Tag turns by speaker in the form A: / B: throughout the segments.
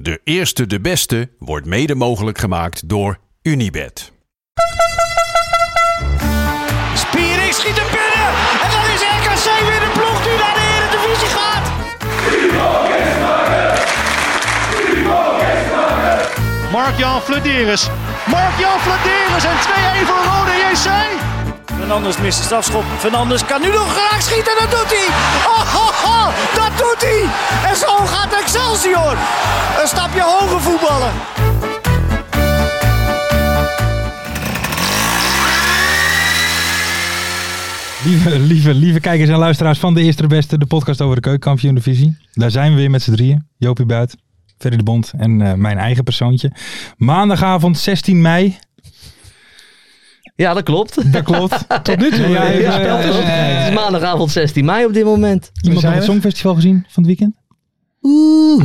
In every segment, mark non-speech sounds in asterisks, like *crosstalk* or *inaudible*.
A: De eerste de beste wordt mede mogelijk gemaakt door Unibed.
B: Spiering schiet er binnen. En dan is RKC weer de ploeg die naar de Eredivisie gaat. Mark-Jan Flederis. Mark-Jan Flederis en 2-1 voor Rode JC. Fernandes mist de strafschop. Fernandes kan nu nog graag schieten. Dat doet hij. Oh, ho, ho, dat doet hij. En zo gaat Excelsior. Een stapje hoger voetballen.
C: Lieve, lieve, lieve kijkers en luisteraars van de Eerste de Beste, de podcast over de keukenkampioen divisie. Daar zijn we weer met z'n drieën. Jopie Buit, Ferry de Bond en eh, mijn eigen persoontje. Maandagavond 16 mei,
D: Ja, dat klopt.
C: dat klopt. *laughs* Tot nu toe. Ja,
D: Ja,
C: eh,
D: dat klopt.
C: eh,
D: het is maandagavond 16 mei op dit moment.
C: iemand nog het Songfestival gezien van het weekend? Oeh.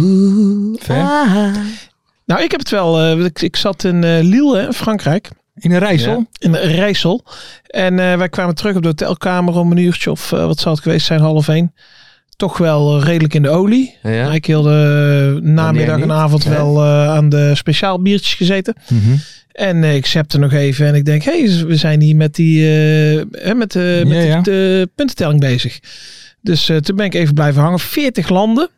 E: Nou, ik heb het wel. eh, ik, ik zat in eh, Lille, hè, Frankrijk,
C: In een rijssel.
E: in Rijssel. En eh, wij kwamen terug op de hotelkamer om een uurtje of eh, wat zou het geweest zijn, half één. Toch wel eh, redelijk in de olie.
D: Ja.
E: Ik hield de namiddag
D: niet?
E: en avond
D: Ja.
E: wel eh, aan de speciaal biertjes gezeten.
C: Mhm.
E: En eh, ik zepte nog even en ik denk, hé, hey, we zijn hier met die, eh, hè, met, de, met
C: Ja,
E: die-
C: ja.
E: de puntentelling bezig. Dus eh, toen ben ik even blijven hangen. 40 landen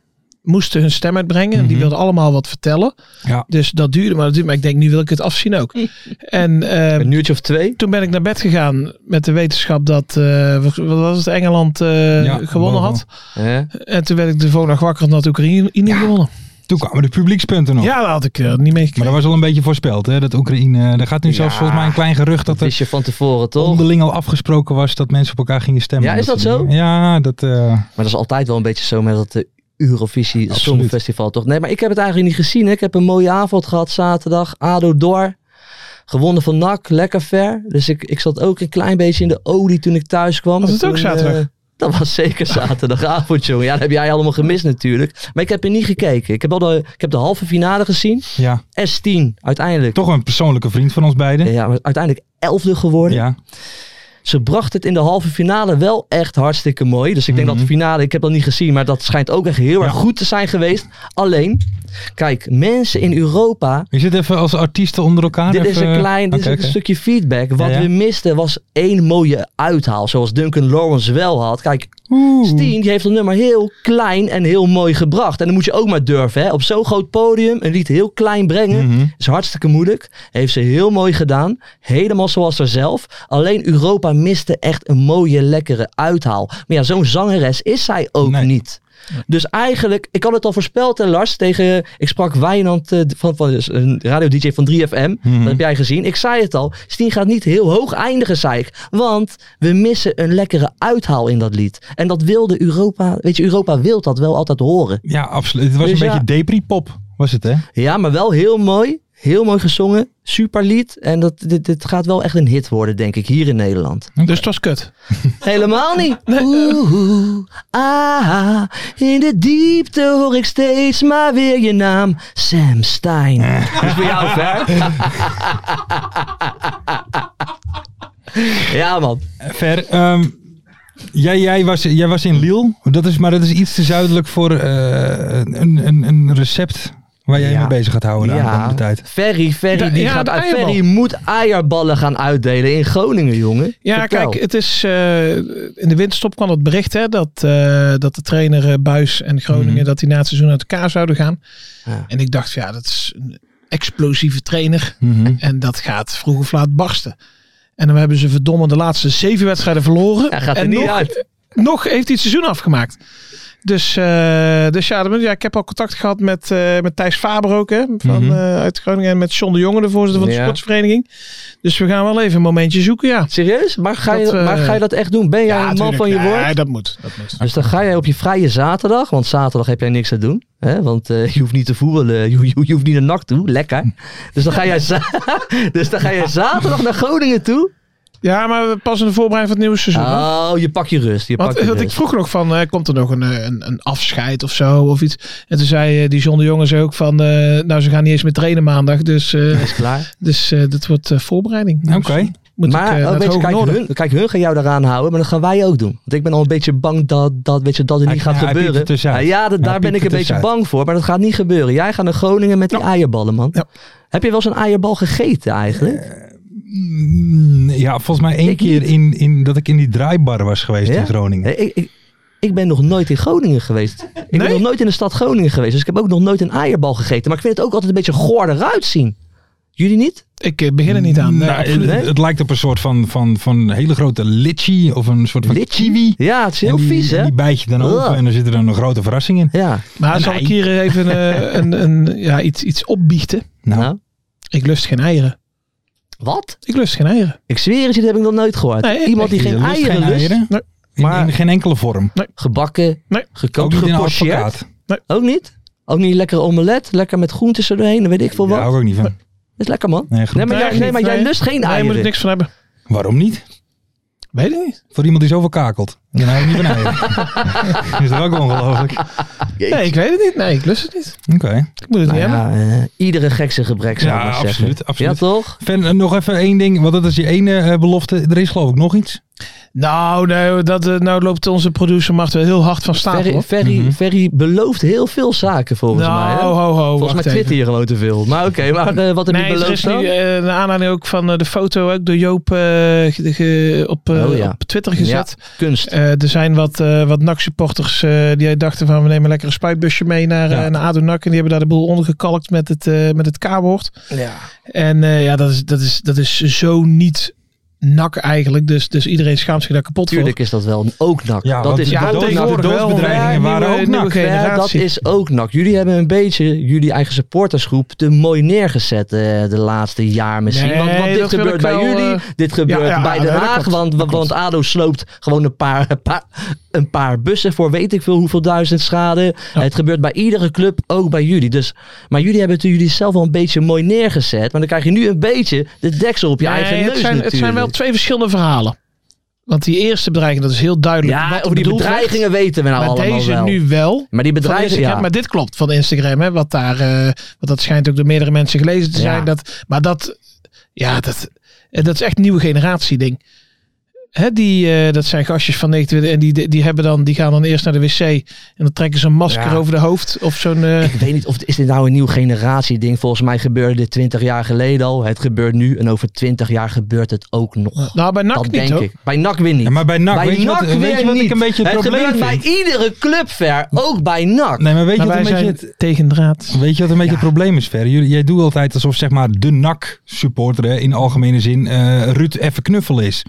E: moesten hun stem uitbrengen. en Die
C: Mhm.
E: wilden allemaal wat vertellen.
C: Ja.
E: Dus dat duurde, maar dat duurde. Maar ik denk, nu wil ik het afzien ook. en eh,
D: Een uurtje of twee.
E: toen ben ik naar bed gegaan met de wetenschap dat, eh, wat wat was het, Engeland eh,
C: Ja,
E: gewonnen had.
D: Ja.
E: En toen werd ik de volgende dag wakker omdat Oekraïne gewonnen.
C: Toen kwamen de publiekspunten nog.
E: Ja, dat had ik eh, niet meegekregen.
C: Maar dat was al een beetje voorspeld, hè? dat Oekraïne... eh, Er gaat nu zelfs
D: Ja.
C: volgens mij een klein gerucht dat
D: Dat
C: er
D: wist je van tevoren toch? Maar
C: onderling al afgesproken was dat mensen op elkaar gingen stemmen.
D: Ja, is dat
C: soort
D: zo?
C: dingen. Ja, dat... eh,
D: dat is altijd wel een beetje zo met dat eh, Eurovisie
C: Absoluut.
D: Songfestival toch? Nee, maar ik heb het eigenlijk niet gezien. Hè. Ik heb een mooie avond gehad zaterdag. ADO door. Gewonnen van NAC. Lekker ver. Dus ik, ik zat ook een klein beetje in de olie toen ik thuis kwam.
E: Was het
D: En
E: ook
D: toen,
E: zaterdag?
D: eh, dat was zeker zaterdagavond, jongen. Ja, dat heb jij allemaal gemist natuurlijk. Maar ik heb er niet gekeken. Ik heb, wel de, ik heb de halve finale gezien.
C: ja,
D: S10 uiteindelijk.
C: toch een persoonlijke vriend van ons beiden.
D: Ja, maar uiteindelijk elfde geworden.
C: Ja,
D: Ze bracht het in de halve finale wel echt hartstikke mooi. Dus ik denk dat de finale, ik heb dat niet gezien, maar dat schijnt ook echt heel erg
C: Mhm. Ja.
D: goed te zijn geweest. Alleen, kijk, mensen in Europa.
C: Je zit even als artiesten onder elkaar.
D: Dit is
C: even-
D: een klein dit is
C: Oké,
D: een
C: oké.
D: stukje feedback. Wat
C: Ja, ja.
D: we misten was één mooie uithaal. Zoals Duncan Lawrence wel had. Kijk,
C: Oeh.
D: Steen die heeft dat nummer heel klein en heel mooi gebracht. En dan moet je ook maar durven. Hè? Op zo'n groot podium een lied heel klein brengen.
C: Mhm.
D: Is hartstikke moeilijk. Heeft ze heel mooi gedaan. Helemaal zoals haar zelf. Alleen Europa miste echt een mooie, lekkere uithaal. Maar ja, zo'n zangeres is zij ook
C: Nee.
D: niet. Dus eigenlijk, ik had het al voorspeld, hè, Lars. Tegen, ik sprak Wijnand, eh, van, van, dus een radio-dj van 3FM. Dat heb jij gezien. Ik zei het al. Steen gaat niet heel hoog eindigen, zei ik. Want we missen een lekkere uithaal in dat lied. En dat wilde Europa. Weet je, Europa wil dat wel altijd horen.
C: Ja, absoluut. Het was
D: Dus
C: een
D: ja.
C: beetje depri-pop, was het hè?
D: Ja, maar wel heel mooi. Heel mooi gezongen. Super lied. En dat, dit, dit gaat wel echt een hit worden, denk ik, hier in Nederland.
E: Dus het was kut.
D: Helemaal niet. Oeh, oeh, ah, in de diepte hoor ik steeds maar weer je naam. Sam Stein.
E: Eh.
D: Dat is voor jou ver. ja, man.
C: Ver, ehm, jij, jij, was, jij was in Lille. Dat is, maar dat is iets te zuidelijk voor eh, een, een, een recept waar jij
D: Ja.
C: mee bezig gaat houden de aankomende tijd.
D: Ferry, Ferry,
E: Da-
D: die
E: ja,
D: gaat,
E: de
D: uit-
E: eierbal.
D: Ferry moet eierballen gaan uitdelen in Groningen, jongen.
E: Ja,
D: Vertel.
E: kijk, het is, eh, in de winterstop kwam het bericht hè, dat, eh, dat de trainer eh, Buis en Groningen
C: Mhm.
E: dat die na het seizoen uit elkaar zouden gaan.
D: Ja.
E: En ik dacht, ja, dat is een explosieve trainer.
C: Mhm.
E: En dat gaat vroeg of laat barsten. En dan hebben ze verdomme de laatste zeven wedstrijden verloren.
D: Ja, gaat er
E: en
D: niet
E: nog,
D: uit.
E: nog heeft hij het seizoen afgemaakt. Dus, eh, dus ja, dan- ja, ik heb al contact gehad met, eh, met Thijs Faber ook, hè, van,
C: Mhm.
E: eh, uit Groningen. En met John de Jonge, de voorzitter van de
D: Ja.
E: sportsvereniging. Dus we gaan wel even een momentje zoeken, ja.
D: Serieus? Maar ga,
E: Dat,
D: je,
E: eh,
D: maar ga je dat echt doen? Ben jij een man
E: tuurlijk.
D: van je
E: Nee,
D: woord?
E: dat moet. Dat moet.
D: Dus dan ga jij op je vrije zaterdag, want zaterdag heb jij niks te doen. Hè? Want eh, je hoeft niet te voetballen, *laughs* je, je, je hoeft niet naar NAC toe, lekker. Dus dan, ga jij za- *laughs* dus dan ga jij zaterdag naar Groningen toe.
E: Ja, maar we passen de voorbereiding van het nieuwe seizoen. hè.
D: Oh, je pak je rust, je pak
E: Want,
D: je
E: want ik
D: rust.
E: vroeg nog van, eh, komt er nog een, eh, een, een afscheid of zo of iets? En toen zei eh, die John de Jonge zei ook van, eh, nou ze gaan niet eens meer trainen maandag. Dus, eh,
D: Is klaar.
E: dus eh, dat wordt eh, voorbereiding.
C: Oké.
E: Moet ik, eh,
D: Maar
E: naar
D: oh,
E: het
D: weet je,
E: Hoge
D: kijk,
E: Noorden.
D: hun, kijk, hun gaan jou daaraan houden, maar dat gaan wij ook doen. Want ik ben al een beetje bang dat dat, weet je, dat er
C: Hij-
D: niet gaat
C: hij piept
D: gebeuren.
C: er tussenuit.
D: Ah, ja,
C: Hij
D: dat- daar ben
C: piept dus
D: ik
C: er
D: een beetje
C: tussenuit.
D: bang voor, maar dat gaat niet gebeuren. Jij gaat naar Groningen met die eierballen, man.
E: Ja.
D: Heb je wel eens een eierbal gegeten
C: Eh,
D: eigenlijk?
C: Mm, Ja, volgens mij één
D: Ik
C: keer
D: niet.
C: in, in, dat ik in die draaibar was geweest
D: Ja?
C: in Groningen.
D: Nee, ik, ik, ik ben nog nooit in Groningen geweest. Ik ben
E: Nee?
D: nog nooit in de stad Groningen geweest. Dus ik heb ook nog nooit een eierbal gegeten. Maar ik vind het ook altijd een beetje goor eruit zien. Jullie niet?
E: Ik eh, begin er niet aan. Nee,
C: Nou,
E: absoluut.
C: het, het lijkt op een soort van, van, van een hele grote litchi of een soort van
D: Litchi?
C: kiwi.
D: Ja, het is
C: En
D: heel
C: die,
D: vies,
C: en
D: hè?
C: Die bijt je dan
D: Ugh.
C: open en dan zit er dan een grote verrassing in.
D: Ja.
E: Maar zal ik hier even eh, een, een, ja, iets, iets opbiechten?
C: Nou,
D: Nou,
E: Ik lust geen eieren.
D: wat?
E: Ik lust geen eieren.
D: Ik zweer het je, dat heb ik nog nooit gehoord.
E: Nee,
D: Iemand die
C: je
D: geen
C: lust
D: eieren lust.
E: Nee.
C: In-
D: Maar-
C: in geen enkele vorm.
D: Gebakken,
E: Nee.
D: gekookt,
C: ook niet in een
D: gepocheerd.
C: advocaat.
D: Ook niet? Ook niet lekker omelet, lekker met groentes erdoorheen, weet ik veel
C: Daar
D: wat.
C: hou ik ook niet van.
D: is lekker, man.
C: Nee, goed.
D: Nee, maar,
E: Nee,
D: jij, nee, maar
E: niet,
D: jij
E: nee.
D: lust geen
E: Daar moet ik
D: eieren.
E: niks van hebben.
C: Waarom niet?
E: Weet ik niet.
C: Voor iemand die zoveel kakelt. Dan hou ik niet van eieren.
D: *laughs*
C: is dat ook ongelooflijk? Oké.
E: Nee, ik weet het niet. Nee, ik lust het niet. Ik moet het
D: Nou
E: niet hebben.
D: ja, eh, iedere gek zijn gebrek, zou ik
C: Ja,
D: maar zeggen.
C: absoluut, absoluut.
D: Ja, toch?
C: Ven, eh, nog even één ding, want dat is je ene eh, belofte. Er is geloof ik nog iets.
E: Nou, nee, dat, eh, nou loopt onze producer Mart wel heel hard van stapel.
D: Ferry,
E: hoor.
D: Ferry,
C: Mhm.
D: Ferry belooft heel veel zaken volgens
E: nou,
D: mij. Hè?
E: ho, ho,
D: volgens mij
E: wacht even.
D: twittert hij gewoon te veel. Maar oké, maar eh, wat heb je
E: nee, er
D: beloofd
E: is nu
D: dan?
E: eh, naar aanleiding ook van eh, de foto ook door Joop eh, ge- ge- op, eh,
D: Oh, ja.
E: op Twitter gezet.
D: Kunst.
E: Eh, er zijn wat, eh wat NAC-supporters eh, die dachten van we nemen lekker een spuitbusje mee naar, eh
C: Ja.
E: naar ADO NAC. En die hebben daar de boel ondergekalkt met het, eh, met het K-woord.
D: Ja.
E: En eh, ja, dat is, dat, is, dat is zo niet NAC eigenlijk. Dus, dus iedereen schaamt zich daar kapot
D: Tuurlijk is dat wel ook nak. dat
C: want
D: is
E: ja,
C: de,
D: ook
C: dood-
D: nak.
E: tegenwoordig
C: de
E: wel,
C: doodsbedreigingen
E: ja,
C: waren
E: nieuwe-
C: ook
E: nieuwe
C: nak.
E: ge-
D: Ja, dat
E: generatie.
D: is ook nak. Jullie hebben een beetje jullie eigen supportersgroep te mooi neergezet eh, de laatste jaar misschien.
E: Nee,
D: want, want dit
E: dat wil
D: gebeurt
E: ik
D: bij
E: wel,
D: jullie,
E: eh,
D: dit gebeurt
E: ja, ja,
D: bij
E: ja,
D: Den
E: dat
D: Haag.
E: klopt,
D: want, want, want ADO sloopt gewoon een paar, een, paar, een paar bussen voor weet ik veel hoeveel duizend schade. Het gebeurt bij iedere club, ook bij jullie. Dus, maar jullie hebben het jullie zelf wel een beetje mooi neergezet. Maar dan krijg je nu een beetje de deksel op je
E: Nee,
D: eigen neus
E: het, zijn, het zijn
D: natuurlijk.
E: wel twee verschillende verhalen. Want die eerste bedreiging, dat is heel duidelijk.
D: ja,
E: wat
D: over die
E: bedoeld werd.
D: bedreigingen weten we nou
E: maar
D: allemaal
E: deze
D: wel.
E: nu wel.
D: maar die
E: Van
D: bedreigingen,
E: Instagram,
D: ja.
E: Maar dit klopt van Instagram, hè, wat daar, eh, want dat schijnt ook door meerdere mensen gelezen te
D: Ja.
E: zijn. Dat, maar dat, ja, dat, eh, dat is echt nieuwe generatie ding. Hè, die, eh, dat zijn gastjes van 29 en die- die, die, hebben dan, die gaan dan eerst naar de wc en dan trekken ze een masker
D: Ja.
E: over de hoofd of zo'n... eh,
D: Ik weet niet of is dit nou een nieuw generatie ding. Volgens mij gebeurde dit 20 jaar geleden al. Het gebeurt nu en over 20 jaar gebeurt het ook nog.
E: nou, bij NAC
D: dat
E: niet
D: denk
E: hoor.
D: ik. Bij NAC weer niet.
C: Ja, maar bij NAC, weet je wat,
D: NAC
C: weet
D: weer
C: je wat ik
D: niet.
C: een beetje het probleem
D: gebeurt bij
C: vind?
D: iedere club ver, ook bij NAC.
C: Nee, maar weet je
E: Maar
C: wat
E: wij
C: een beetje
E: zijn
C: het,
E: tegen draad.
C: Weet je wat een beetje het probleem is, Ferry? Jullie- Jij doet altijd alsof zeg maar de NAC-supporter hè, in algemene zin eh Ruud even knuffel is.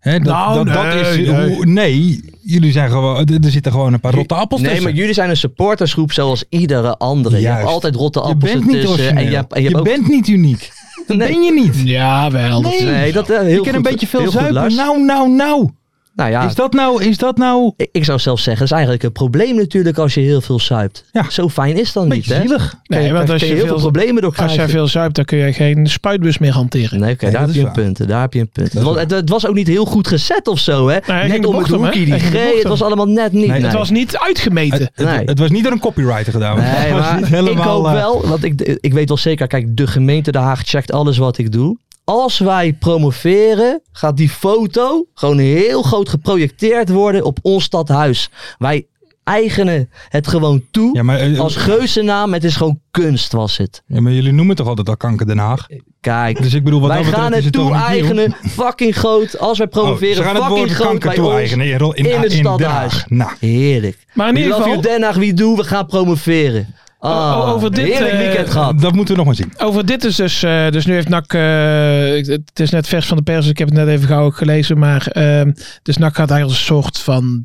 C: Hè, dat,
E: Nou,
C: dat, dat
E: nee,
C: is
E: nee.
C: Hoe, nee, jullie zijn gewoon, er er zitten gewoon een paar rotte appels
D: Nee,
C: tussen.
D: maar jullie zijn een supportersgroep zoals iedere andere. Je hebt
C: Juist.
D: altijd rotte
C: je
D: appels
C: bent niet
D: ertussen.
C: origineel.
D: En je, hebt- en je
C: je
D: hebt ook-
C: bent niet
D: *laughs*
C: uniek. Dat
D: Nee.
C: ben je niet.
E: Ja, wel. dat-
C: Nee.
D: Nee, dat eh, heel
C: je kan een
D: goed-
C: beetje
D: heel
C: veel
D: goed,
C: zuipen.
D: Lars.
C: Nou, nou, nou.
D: nou ja,
C: Is dat nou, is dat nou...
D: ik, ik zou zelfs zeggen, dat is eigenlijk een probleem natuurlijk als je heel veel zuipt.
C: Ja.
D: Zo fijn is dat niet,
C: Beetje
D: hè?
C: zielig.
D: Kan
E: Nee,
D: je-
E: want
D: kan
E: als
D: je
E: je
D: heel veel
E: veel,
D: problemen door
E: als jij
D: krijgen.
E: veel zuipt, dan kun je geen spuitbus meer hanteren.
D: Nee, oké,
C: Nee, dat
D: daar heb
C: is
D: je een
C: waar.
D: punt. Daar heb je een punt.
C: Dat is
D: Want
C: waar.
D: het, het was ook niet heel goed gezet of zo, hè?
E: hij ging
D: net
E: de
D: om
E: bocht
D: het
E: om, hè?
D: hoekje, die
E: Hij ging de
D: G,
E: bocht
D: het was
E: om.
D: allemaal net niet.
C: Nee,
D: nee.
E: Het was niet uitgemeten.
C: Het, het-
D: Nee.
C: het was niet door een copywriter gedaan. *laughs*
D: Nee,
C: Het was
D: maar
C: niet
D: ik
C: helemaal,
D: hoop
C: eh,
D: wel, want ik, ik weet wel zeker, kijk, de gemeente Den Haag checkt alles wat ik doe. Als wij promoveren, gaat die foto gewoon heel groot geprojecteerd worden op ons stadhuis. Wij eigenen het gewoon toe
C: Ja, maar, eh,
D: als geuzennaam. Het is gewoon kunst, was het.
C: ja, maar jullie noemen toch altijd al Kanker Den Haag?
D: Kijk,
C: Dus ik bedoel, wat
D: wij
C: dat
D: gaan
C: betreft is
D: het
C: het toch niet nieuw.
D: toe-eigenen, fucking groot. Als wij
C: Oh,
D: promoveren,
C: ze gaan het
D: fucking
C: woord
D: groot
C: kanker
D: bij
C: toe-eigenen
D: ons.
C: in, in,
D: in
C: in,
D: het
C: Den
D: stadhuis.
C: Haag. Nou,
D: Heerlijk.
E: Maar in
D: We
E: ieder
D: love
E: geval-
D: you Den Haag, wie doe, we gaan promoveren. Ah,
E: O- over dit,
D: heerlijk
E: eh,
D: weekend gehad.
C: Dat moeten we nog maar zien.
E: Over dit is dus, eh, dus nu heeft NAC, eh, ik- het is net vers van de pers, dus ik heb het net even gauw gelezen, maar ehm, dus NAC gaat eigenlijk een soort van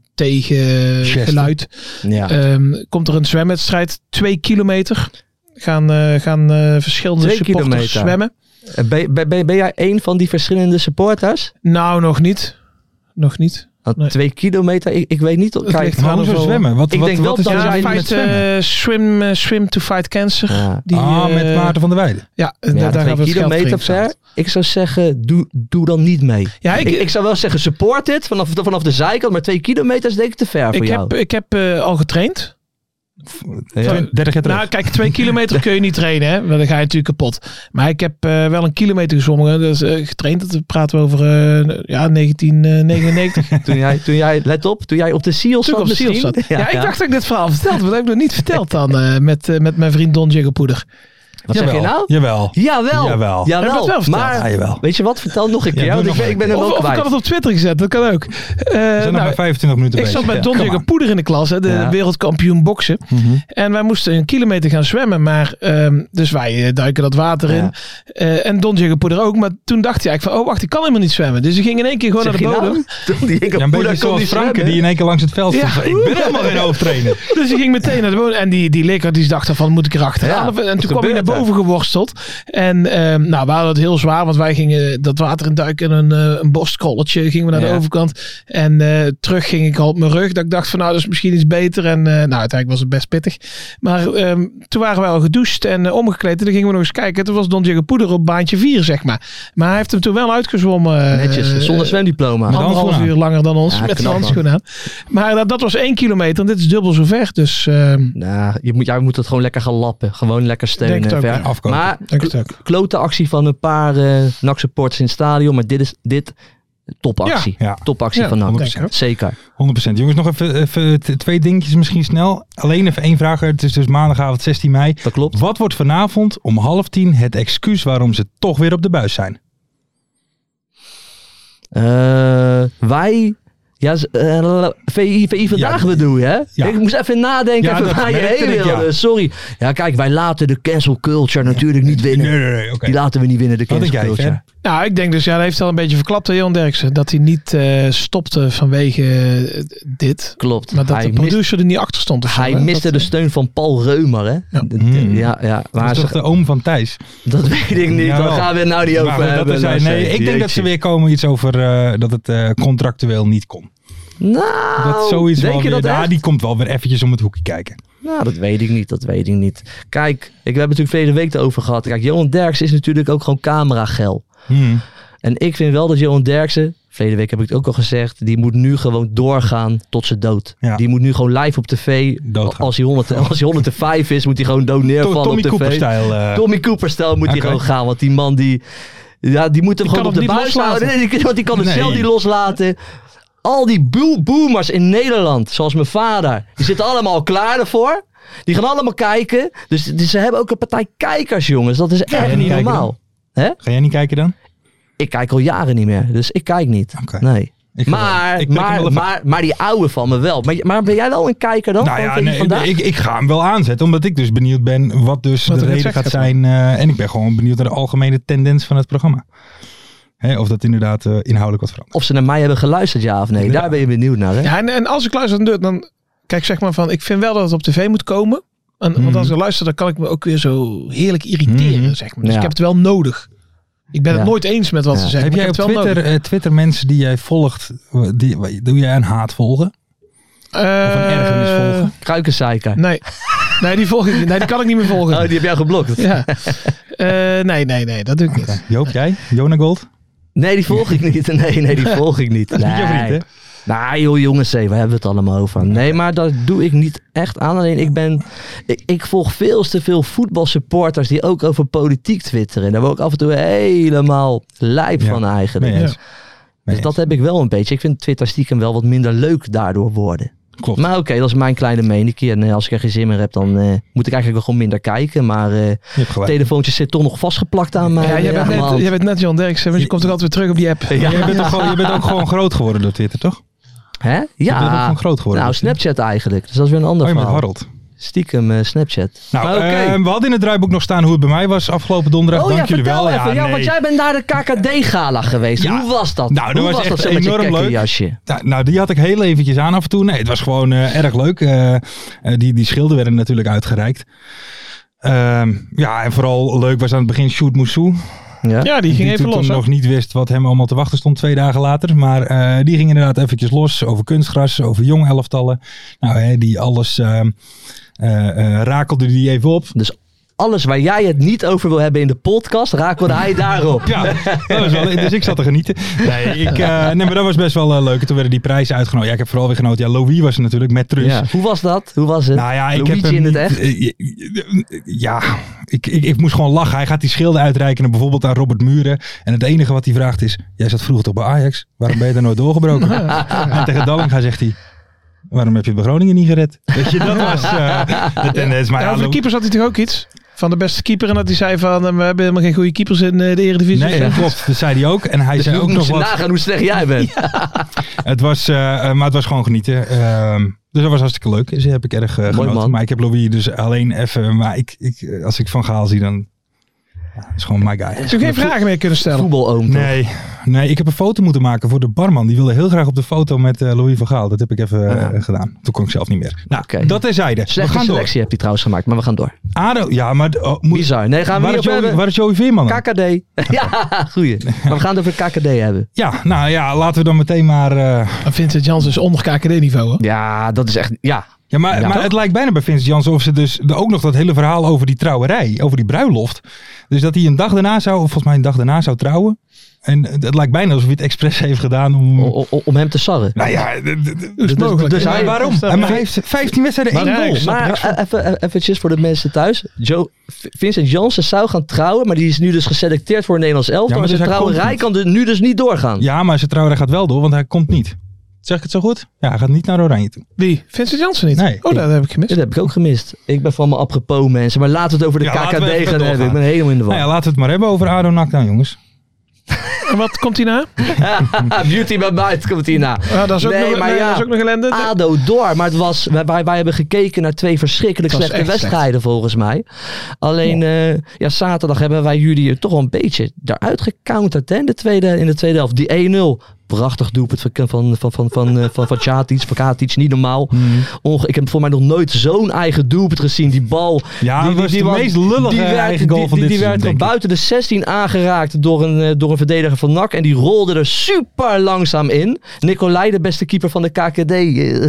E: tegengeluid.
D: Ja.
E: Ehm, komt er een zwemwedstrijd, twee kilometer, gaan, eh, gaan eh, verschillende
D: Twee
E: supporters
D: kilometer.
E: zwemmen.
D: eh, ben, ben, ben, ben jij een van die verschillende supporters?
E: Nou, nog niet. Nog niet.
D: Want
E: Nee.
D: Twee kilometer, ik, ik weet niet.
E: Het
D: Kijk,
E: ligt
C: Maar
E: Gaan we
C: hoezo
E: wel-
C: zwemmen? Wat,
D: Ik
C: wat,
D: denk
C: wat
D: wel
C: is
D: dat
C: de
D: jij
C: reden
E: ja,
D: in
C: met
E: fight,
C: zwemmen?
E: eh, swim, eh, swim to fight cancer.
D: ja.
E: Die,
C: ah, met
E: eh,
C: Maarten van der Weijden.
E: Ja, en
D: Ja,
E: daar gaan
D: twee
E: we het geld
D: kilometer
E: verdienen.
D: ver. Ik zou zeggen, doe, doe dan niet mee.
E: Ja,
D: Ik,
E: ik,
D: ik, zou wel zeggen, support dit vanaf, vanaf de zijkant. Maar twee kilometer is denk ik te ver voor
E: ik
D: jou.
E: heb, ik heb eh, al getraind.
D: Ja.
E: Twen-
C: 30 jaar terug.
E: Nou, kijk, twee kilometer kun je niet trainen, hè? Want dan ga je natuurlijk kapot. Maar ik heb eh, wel een kilometer gezwommen, dus eh, getraind. Dat praten we over eh, ja, 1999.
D: toen, jij, toen jij, let op, toen jij op de Siels zat
E: Natuurlijk op
D: misschien.
E: Siels
D: *laughs*
E: zat. Ja, ik dacht dat ik dit verhaal vertelde, maar dat heb ik nog niet verteld dan eh, met, eh, met mijn vriend Don Jiggepoeder.
D: Wat zeg je nou?
C: Jawel.
D: Jawel.
C: Jawel.
D: Jawel.
E: Heb je dat wel verteld?
D: maar
C: Ja, jawel. We
D: weet je wat? Vertel nog een keer.
C: doe
D: want ik,
C: nog
D: ben-
C: een
D: ik ben er
E: Of,
D: wel
E: of ik
D: kwijt.
E: had het op Twitter gezet, dat kan ook. Eh,
C: zijn nog
E: nou,
C: maar 25 minuten
E: ik
C: bezig.
E: zat
C: Ja,
E: met Don
C: kom maar.
E: Jiggepoeder in de klas, hè, de
D: Ja. Mhm.
E: wereldkampioen boksen. En wij moesten een kilometer gaan zwemmen. Maar, ehm, dus wij eh, duiken dat water
D: Ja.
E: in. Eh, en Don Jiggepoeder ook. Maar toen dacht hij eigenlijk van, oh wacht, ik kan helemaal niet zwemmen. Dus hij ging in één keer gewoon
D: Zeg
E: naar de
D: je
E: bodem.
D: nou? Toen *laughs* die ik
C: Ja,
D: op
C: een
D: Poeder
C: beetje
D: kon
C: zoals
D: niet
C: Franke
D: zwemmen.
C: die in één keer langs het veld
E: Ja.
C: stond. Ik
D: *laughs*
C: ben helemaal geen hoofdtrainer.
E: *laughs* Dus hij ging meteen naar de bodem. En die, die lekker die dacht van, moet ik erachter
D: Ja,
E: achteraan?
D: wat
E: en toen kwam hij naar
D: gebeurt er?
E: boven geworsteld. En ehm, nou, we hadden het heel zwaar. Want wij gingen dat water in duiken. En een, eh, een borstkolletje gingen we naar de
D: Ja.
E: overkant. En eh, terug ging ik al op mijn rug. Dat ik dacht van, nou, dat is misschien iets beter. En eh, nou, uiteindelijk was het best pittig. Maar ehm, toen waren we al gedoucht en eh, omgekleed. En toen gingen we nog eens kijken. Toen was Don Diego Poeder op baantje 4, zeg maar. Maar hij heeft hem toen wel uitgezwommen. eh,
D: Netjes, zonder zwemdiploma.
C: Met
E: anderhalf
C: handschoenen
E: uur langer dan ons
D: Ja,
E: met
D: knap, man.
E: handschoenen aan. Maar dat, dat was één kilometer en dit is dubbel zo ver. Dus ehm,
D: Nou, je moet, jij moet het gewoon lekker gaan lappen. Gewoon lekker steunen.
E: Denk het ook,
D: ver.
E: ja.
C: Afkopen.
D: Maar
E: Denk het ook.
D: klote actie van een paar eh NAC supporters in het stadion. Maar dit is dit topactie.
C: Ja, ja.
D: Topactie
E: Ja,
D: van nou, NAC.
E: denk ik ook.
D: Zeker.
C: 100%. Jongens, nog even, even t- twee dingetjes misschien snel. Alleen even één vraag. Het is dus maandagavond 16 mei.
D: Dat klopt.
C: Wat wordt vanavond om half tien het excuus waarom ze toch weer op de buis zijn?
D: Eh, wij... Ja, z- eh, VI, VI vandaag
C: Ja,
D: bedoel je, hè?
C: ja.
D: Ik moest even nadenken
C: Ja,
D: even
C: dat
D: waar je
C: merkte
D: heen
C: ik, ja.
D: wilde. Sorry. Ja, kijk, wij laten de cancel culture natuurlijk niet winnen.
C: nee, oké.
D: Die laten we niet winnen, de
C: Wat
D: cancel
C: denk jij,
D: culture.
C: Fer?
E: nou, ik denk dus, ja, hij heeft al een beetje verklapt, hè, Jan Derksen. Dat hij niet eh, stopte vanwege eh, dit.
D: Klopt.
E: Maar dat
D: hij
E: de
D: mist-
E: producer er niet achter stond. of zo,
D: hij
E: hè.
D: miste
E: Dat- eh,
D: de steun van Paul Reumer, hè? Ja,
C: Hmm.
D: ja, ja.
C: Dat
D: Maar
C: is
D: ze-
C: toch de oom van Thijs?
D: *laughs* Dat weet ik niet.
C: Jawel.
D: Daar gaan we het nou niet over
C: Maar goed, dat
D: hebben.
C: is hij.
D: Nou,
C: Nee,
D: zeg,
C: ik denk dat ze
D: jeetje.
C: weer komen iets over eh, dat het eh, contractueel niet kon.
D: Nou,
C: Dat zoiets
D: denk
C: wel
D: je
C: weer,
D: dat
C: nou,
D: echt?
C: die komt wel weer eventjes om het hoekje kijken.
D: Nou, dat weet ik niet. Dat weet ik niet. Kijk, ik, we hebben het natuurlijk vorige week erover gehad. Kijk, Johan Derks is natuurlijk ook gewoon cameragel.
C: Hmm.
D: En ik vind wel dat Johan Derksen, verleden week heb ik het ook al gezegd, die moet nu gewoon doorgaan tot zijn dood.
C: Ja.
D: Die moet nu gewoon live op tv.
C: Doodgaan.
D: Als hij, 100, als hij 105 is, moet hij gewoon dood
C: To-
D: neervallen
C: Tommy
D: op tv.
C: Cooper-stijl. eh.
D: Tommy Cooper stijl moet
C: Oké.
D: hij gewoon gaan. Want die man die, ja, die moet hem
E: Die
D: gewoon op
E: kan
D: de
E: hem
D: buis
E: niet loslaten.
D: houden. *laughs* Nee, die, want die kan het
C: Nee.
D: zelf niet loslaten. Al die boe- boomers in Nederland, zoals mijn vader, die zitten allemaal klaar ervoor. Die gaan allemaal kijken. Dus, dus ze hebben ook een partij kijkers, jongens. Dat is echt
C: en
D: niet
C: kijken
D: normaal.
C: Ga jij niet kijken dan?
D: Ik kijk al jaren niet meer, dus ik kijk niet.
C: Oké.
D: Nee.
C: Ik ga wel.
D: Maar,
C: Ik prik hem wel
D: maar,
C: even-
D: maar, maar die oude van me wel. Maar, maar ben jij wel een kijker dan?
C: Nou
D: Van
C: ja,
D: VI
C: nee,
D: vandaag?
C: ik, ik ga hem wel aanzetten, omdat ik dus benieuwd ben wat dus
E: Wat
C: de
E: er
C: reden
E: gezegd
C: gaat
E: gaat
C: zijn. eh, en ik ben gewoon benieuwd naar de algemene tendens van het programma. Hè, of dat inderdaad eh, inhoudelijk wat verandert.
D: Of ze naar mij hebben geluisterd, ja of nee. Daar ben je benieuwd naar, hè?
E: Ja, en, en als ik luister, dan, doe ik- dan kijk zeg maar van, ik vind wel dat het op tv moet komen. En, Want
D: Mhm.
E: als ik luister, dan kan ik me ook weer zo heerlijk irriteren,
C: Mhm.
E: zeg maar. Dus
D: Ja.
E: ik heb het wel nodig. Ik ben
D: Ja.
E: het nooit eens met wat
D: Ja.
E: ze zeggen,
C: Heb
E: maar
C: jij
E: ik
C: op
E: heb het wel
C: Twitter,
E: nodig.
C: eh, Twitter mensen die jij volgt, eh, die, doe jij een haat volgen? Of een ergernis
E: Eh,
C: volgen?
D: Kruikenzeiker.
E: Nee. Nee, die volg ik niet. Nee, die kan ik niet meer volgen.
D: Oh, die heb jij geblokt.
E: Ja. Eh, nee, nee, nee, dat doe ik niet.
C: Joop, jij? Jona Gold?
D: Nee, die volg ik niet. Nee, nee, die volg ik niet.
C: is niet jouw vriend, hè?
D: Nee, Nou, joh, jongens, hé, waar hebben we het allemaal over? Nee, maar dat doe ik niet echt aan. Alleen ik ben. Ik, ik volg veel te veel voetbalsupporters die ook over politiek twitteren. Daar word ik af en toe helemaal lijp
C: Ja,
D: van eigenlijk.
C: Nee, eens. Nee,
D: Dus dat heb ik wel een beetje. Ik vind Twitter stiekem wel wat minder leuk daardoor worden.
C: Klopt.
D: Maar oké, dat is mijn kleine mening. En eh, als ik er geen zin meer heb, dan eh, moet ik eigenlijk wel gewoon minder kijken. Maar eh
C: je hebt gelijk.
D: telefoontjes zitten toch nog vastgeplakt aan mij.
E: Ja, jij, bent
D: Ja,
E: net,
D: man.
E: jij bent net Jan Derksen, want je komt toch altijd weer terug op die app.
C: Maar jij bent toch gewoon- je bent ook
D: *laughs*
C: gewoon groot geworden door Twitter, toch? Oh,
D: Hè?
C: Je bent ook
D: Ja.
C: gewoon groot geworden.
D: Nou, Snapchat eigenlijk. Dus dat is weer een
C: Oh,
D: ander
C: je bent
D: verhaal.
C: Harold.
D: Stiekem eh, Snapchat.
C: Nou,
D: Maar oké.
C: eh, we hadden in het draaiboek nog staan hoe het bij mij was afgelopen donderdag.
D: oh
C: Dank
D: ja,
C: jullie
D: vertel
C: wel.
D: even. Ja,
C: nee.
D: want jij bent naar de KKD-gala geweest.
C: Ja.
D: Hoe was dat?
C: Nou, dat
D: Hoe
C: was echt
D: zo met je
C: enorm leuk.
D: kekkerjasje?
C: Nou, nou, die had ik heel eventjes aan af en toe. Nee, het was gewoon eh, erg leuk. Eh, eh, die, die schilden werden natuurlijk uitgereikt. Ehm, ja, en vooral leuk was aan het begin Shoot Moussou.
D: Ja.
E: Ja, die ging
C: die
E: even
C: toen
E: los. hè?
C: nog niet wist wat hem allemaal te wachten stond twee dagen later. Maar eh, die ging inderdaad eventjes los over kunstgras, over jong elftallen. Nou, hè, die alles ehm, eh, eh, rakelde die even op.
D: Dus alles waar jij het niet over wil hebben in de podcast, rakelde hij daarop.
C: *laughs* Ja, dat was wel, dus ik zat te genieten. Nee, ik, eh, nee maar dat was best wel eh, leuk. En toen werden die prijzen uitgenodigd. Ja, ik heb vooral weer genoten. Ja, Louis was er natuurlijk met Trus.
D: Ja. Hoe was dat? Hoe was het?
C: Nou ja, ik
D: Eh, Luigi
C: heb hem
D: in het
C: niet-
D: echt.
C: eh, Ja, ik, ik, ik moest gewoon lachen. Hij gaat die schilden uitreiken bijvoorbeeld aan Robert Muren. En het enige wat hij vraagt is, jij zat vroeger toch bij Ajax? Waarom ben je daar nooit
D: *laughs*
C: doorgebroken? en tegen Dallinga zegt hij, waarom heb je het bij Groningen niet gered? Weet je, dat was eh, de tendens. Maar
E: Ja,
C: ja,
E: over de
C: Lou-
E: keepers had hij toch ook iets? Van de beste keeper. En dat hij zei van, eh, we hebben helemaal geen goede keepers in eh, de Eredivisie.
C: Nee, dat klopt. Dat zei hij ook. En hij
D: Dus
C: zei
D: nu
C: ook
D: moet
C: nog
D: je
C: wat.
D: nagaan hoe slecht jij bent.
C: *laughs* Het was, eh, eh, maar het was gewoon genieten. Ehm, dus dat was hartstikke leuk. Dus daar heb ik erg eh, genoten.
D: man.
C: Maar ik heb Louis dus alleen even. Maar ik, ik, eh, als ik van Gaal zie, dan ja, is gewoon my guy.
E: Heb je geen vragen meer kunnen stellen?
D: Voetbaloom. toch?
C: Nee, nee, ik heb een foto moeten maken voor de barman. Die wilde heel graag op de foto met eh, Louis van Gaal. Dat heb ik even
D: Ah.
C: eh, gedaan. Toen kon ik zelf niet meer. Nou,
D: Oké.
C: dat terzijde.
D: Slechte
C: we gaan
D: selectie heb je trouwens gemaakt, maar we gaan door.
C: door. Ado, ja, maar oh, moet,
D: Bizar. Nee, gaan we
C: waar, is
D: niet op
C: Joey,
D: hebben.
C: waar is Joey Veerman dan?
D: KKD. *laughs* ja, goeie. Maar we gaan het over KKD hebben.
C: Ja, nou ja, laten we dan meteen maar... eh,
E: En Vincent Jans is onder KKD-niveau, hè?
D: Ja, dat is echt... Ja,
C: Ja, maar,
D: Ja,
C: maar
D: toch?
C: het lijkt bijna bij Vincent Janssen of ze dus de- ook nog dat hele verhaal over die trouwerij, over die bruiloft. Dus dat hij een dag daarna zou, of volgens mij een dag daarna zou trouwen. En het lijkt bijna alsof hij het expres heeft gedaan om...
D: o- o- om hem te sarren.
C: Nou ja, d- d- d-
E: Hoe is het
D: Oh, Dus-
E: mogelijk?
D: dus
E: Ja,
D: hij-
C: maar waarom?
E: ja,
C: Hij maar hij heeft 15 wedstrijden, één
E: Maar
C: goal.
E: ja, ik snap
D: Maar eh, even, eh, eventjes voor de mensen thuis. Joe, V- Vincent Janssen zou gaan trouwen, maar die is nu dus geselecteerd voor een Nederlands elftal.
C: Ja, maar
D: maar zijn
C: dus hij
D: trouwerij
C: komt
D: kan er nu dus niet doorgaan.
C: Ja, maar zijn trouwerij gaat wel door, want hij komt niet. Zeg ik het zo goed? Ja, hij gaat niet naar Oranje toe.
E: Wie? Vincent Jansen niet?
C: Nee.
E: Oh, dat heb ik gemist.
D: Dat heb ik ook gemist. Ik ben van mijn apropos mensen. Maar laten we het over de
C: Ja, laten we even
D: KKD gaan hebben.
C: doorgaan.
D: Ik ben helemaal in de war.
C: Nou ja, laten we het maar hebben over Ado Nak dan, jongens.
E: En wat komt hij na?
D: *laughs* Beauty by Night komt hierna.
E: Nou, dat, is ook
D: Nee,
E: nog,
D: maar
E: nee,
D: ja. Ah.
E: dat is ook nog ellende.
D: ADO door, maar het was, wij, wij, wij hebben gekeken naar twee verschrikkelijk
E: Het was
D: slechte
E: echt slecht.
D: wedstrijden volgens mij. Alleen eh, ja, zaterdag hebben wij jullie toch wel een beetje daaruit gecounterd hè, in, de tweede, in de tweede helft. Die 1-0, prachtig doelpunt van, van, van, van, van, eh, van, van Tjatic, van Katic, niet normaal.
C: Hmm.
D: Onge- ik heb voor mij nog nooit zo'n eigen doelpunt gezien. Die bal
C: Ja, dat was de
D: wa-
C: meest lullige eigen goal
D: die,
C: van
D: die,
C: dit
D: die werd
C: seizoen, denk ik.
D: buiten de 16 aangeraakt door een, eh, door een verdediger van NAC. En die rolde er super langzaam in. Nicolai, de beste keeper van de KKD. eh,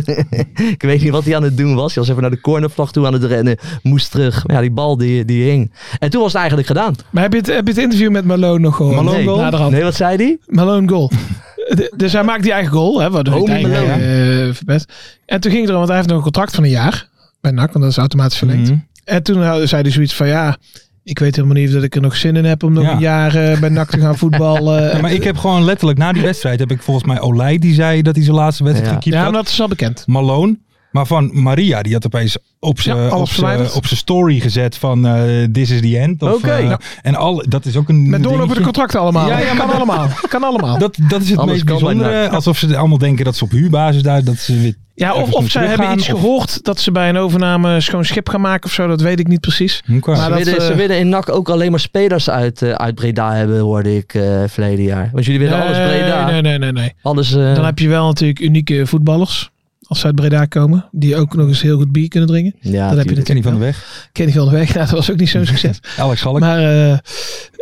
D: *laughs* ik weet niet wat hij aan het doen was. Hij was even naar de cornervlag toe aan het rennen. Moest terug. Maar ja, die bal die, die hing. En toen was het eigenlijk gedaan.
E: Maar heb je, het, heb je het interview met Malone nog gehoord?
C: Malone
D: nee,
C: goal?
E: Naderhand.
D: nee, wat zei hij?
E: Malone goal. *laughs* De- dus hij maakt die eigen goal, hè, waardoor hij
D: Homie
E: het einde, eh, verpest. En toen ging het erom, want hij heeft nog een contract van een jaar bij NAC, want dat is automatisch verlengd.
C: Mhm.
E: En toen had- zei hij zoiets van, ja, ik weet helemaal niet of dat ik er nog zin in heb om nog
C: Ja.
E: een jaar eh, bij NAC te gaan voetballen.
C: *laughs* Ja, maar ik heb gewoon letterlijk na die wedstrijd, heb ik volgens mij Olij, die zei dat hij zijn laatste wedstrijd
D: Ja.
C: gekiept
E: ja,
C: had.
E: maar dat is al bekend.
C: Malone. Maar van Maria, die had opeens op zijn
E: Ja, alles
C: op zijn
E: verwijderd.
C: op zijn story gezet van eh, This is the end. Of,
D: Oké.
C: eh,
D: Ja.
C: En al, dat is ook een
E: Met doorlopende
C: dingetje.
E: contracten allemaal.
C: Ja, ja,
E: kan
C: maar-
E: allemaal. Kan
C: *laughs*
E: allemaal.
C: Dat, dat is het
D: Alles
C: meest
D: kan bij
C: bijzondere.
D: NAC.
C: Alsof ze allemaal denken dat ze op huurbasis daar, dat ze weer...
E: ja, of,
C: ergens
E: of
C: moet
E: zij hebben
C: teruggaan,
E: iets
C: of-
E: gehoord dat ze bij een overname schoon schip gaan maken of zo, dat weet ik niet precies.
C: Oké.
E: Maar
D: Ze
E: dat,
D: willen,
E: eh,
D: ze willen in NAC ook alleen maar spelers uit, eh, uit Breda hebben, hoorde ik eh, verleden jaar. Want jullie willen alles Breda.
E: Eh, Nee, nee, nee, nee.
D: Alles, eh,
E: Dan heb je wel natuurlijk unieke voetballers. Als ze uit Breda komen. Die ook nog eens heel goed bier kunnen drinken.
D: ja,
E: dan heb je
D: tuurlijk.
E: natuurlijk
C: Kenny van de Weg,
E: Kenny van de Weg. *laughs* Nou, dat was ook niet zo'n succes.
C: Alex Schalk.
E: maar eh,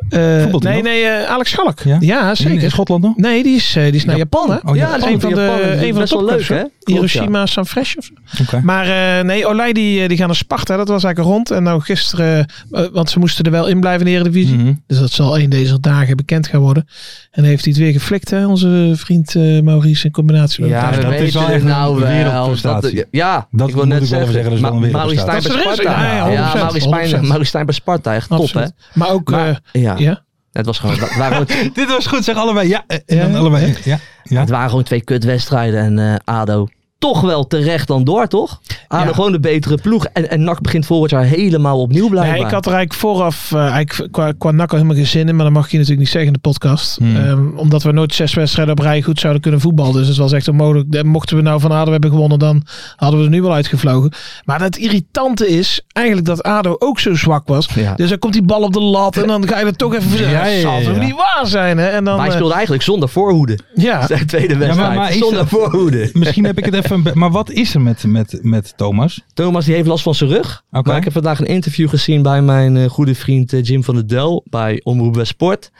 E: eh,
C: Voetbalt hij
E: nee,
C: nog?
E: nee, eh, Alex Schalk.
C: Ja?
E: Ja,
C: In- In
E: zeker.
C: Hm, Schotland nog?
E: Nee, die is, eh, die is naar Japan, hè?
C: Oh,
D: ja,
C: Japan.
D: dat
E: een van de, een van de
D: best wel leuk,
E: topclubs,
D: hè?
E: hè?
D: Klopt, ja.
E: Hiroshima, Sanfrecce of zo.
C: Oké.
E: Maar eh, nee, Olij die, eh, die gaan naar Sparta. Dat was eigenlijk rond. En nou gisteren, eh, want ze moesten er wel in blijven in de Eredivisie.
C: Mhm.
E: Dus dat zal één deze dagen bekend gaan worden. En heeft hij het weer geflikt, hè? Onze vriend eh, Maurice in combinatie met
D: Ja,
C: Ja,
D: we
C: dat is
D: weten
C: wel
D: het
C: echt een
D: nou wel.
C: wereldprestatie.
D: Dat- ja,
C: Dat
D: ik wil
C: moet
D: net
C: ik wel even
D: zeggen.
C: zeggen, dat is wel
D: Ma-
C: een
D: Maurice Stijn bij
E: wereldprestatie.
D: Sparta.
E: Dat is er is, ja,
D: Ja,
E: 100%,
D: Maurice Stijn-
E: 100%.
D: Maurice Stijn bij Sparta, echt top hè.
E: Absoluut. Maar ook,
D: Maar-
E: eh,
D: Ja,
E: ja.
D: het was gewoon,
C: *laughs*
D: het waren, gewoon-
C: Dit was goed, zeg allebei. Ja, eh, en dan
E: Ja.
C: allebei. Ja. ja.
D: het waren gewoon twee kutwedstrijden en eh, ADO. toch wel terecht dan door, toch? Aan
E: Ja.
D: gewoon de betere ploeg. En, en NAC begint volgend jaar helemaal opnieuw blijkbaar.
E: Nee, ik had er eigenlijk vooraf, eh, eigenlijk qua, qua NAC al helemaal geen zin in, maar dat mag ik je natuurlijk niet zeggen in de podcast.
C: Hmm.
E: Ehm, omdat we nooit zes wedstrijden op rij goed zouden kunnen voetballen. Dus het was echt onmogelijk. En mochten we nou van ADO hebben gewonnen, dan hadden we er nu wel uitgevlogen. Maar het irritante is eigenlijk dat ADO ook zo zwak was.
D: Ja.
E: Dus dan komt die bal op de lat en dan ga je er toch even voor.
C: Ja, ja, ja,
E: Dat zal toch
C: ja.
E: niet waar zijn, hè? En dan,
D: maar hij
E: eh,
D: speelde eigenlijk zonder voorhoede. *laughs*
E: ja.
D: Zijn tweede wedstrijd.
C: maar is
D: zonder
C: dat-
D: voorhoede.
C: Misschien heb ik het even... een be- Maar wat is er met, met, met Thomas?
D: Thomas die heeft last van zijn rug.
C: Oké.
D: Maar ik heb vandaag een interview gezien bij mijn eh, goede vriend eh, Jim van der Del. Bij Omroep West Sport.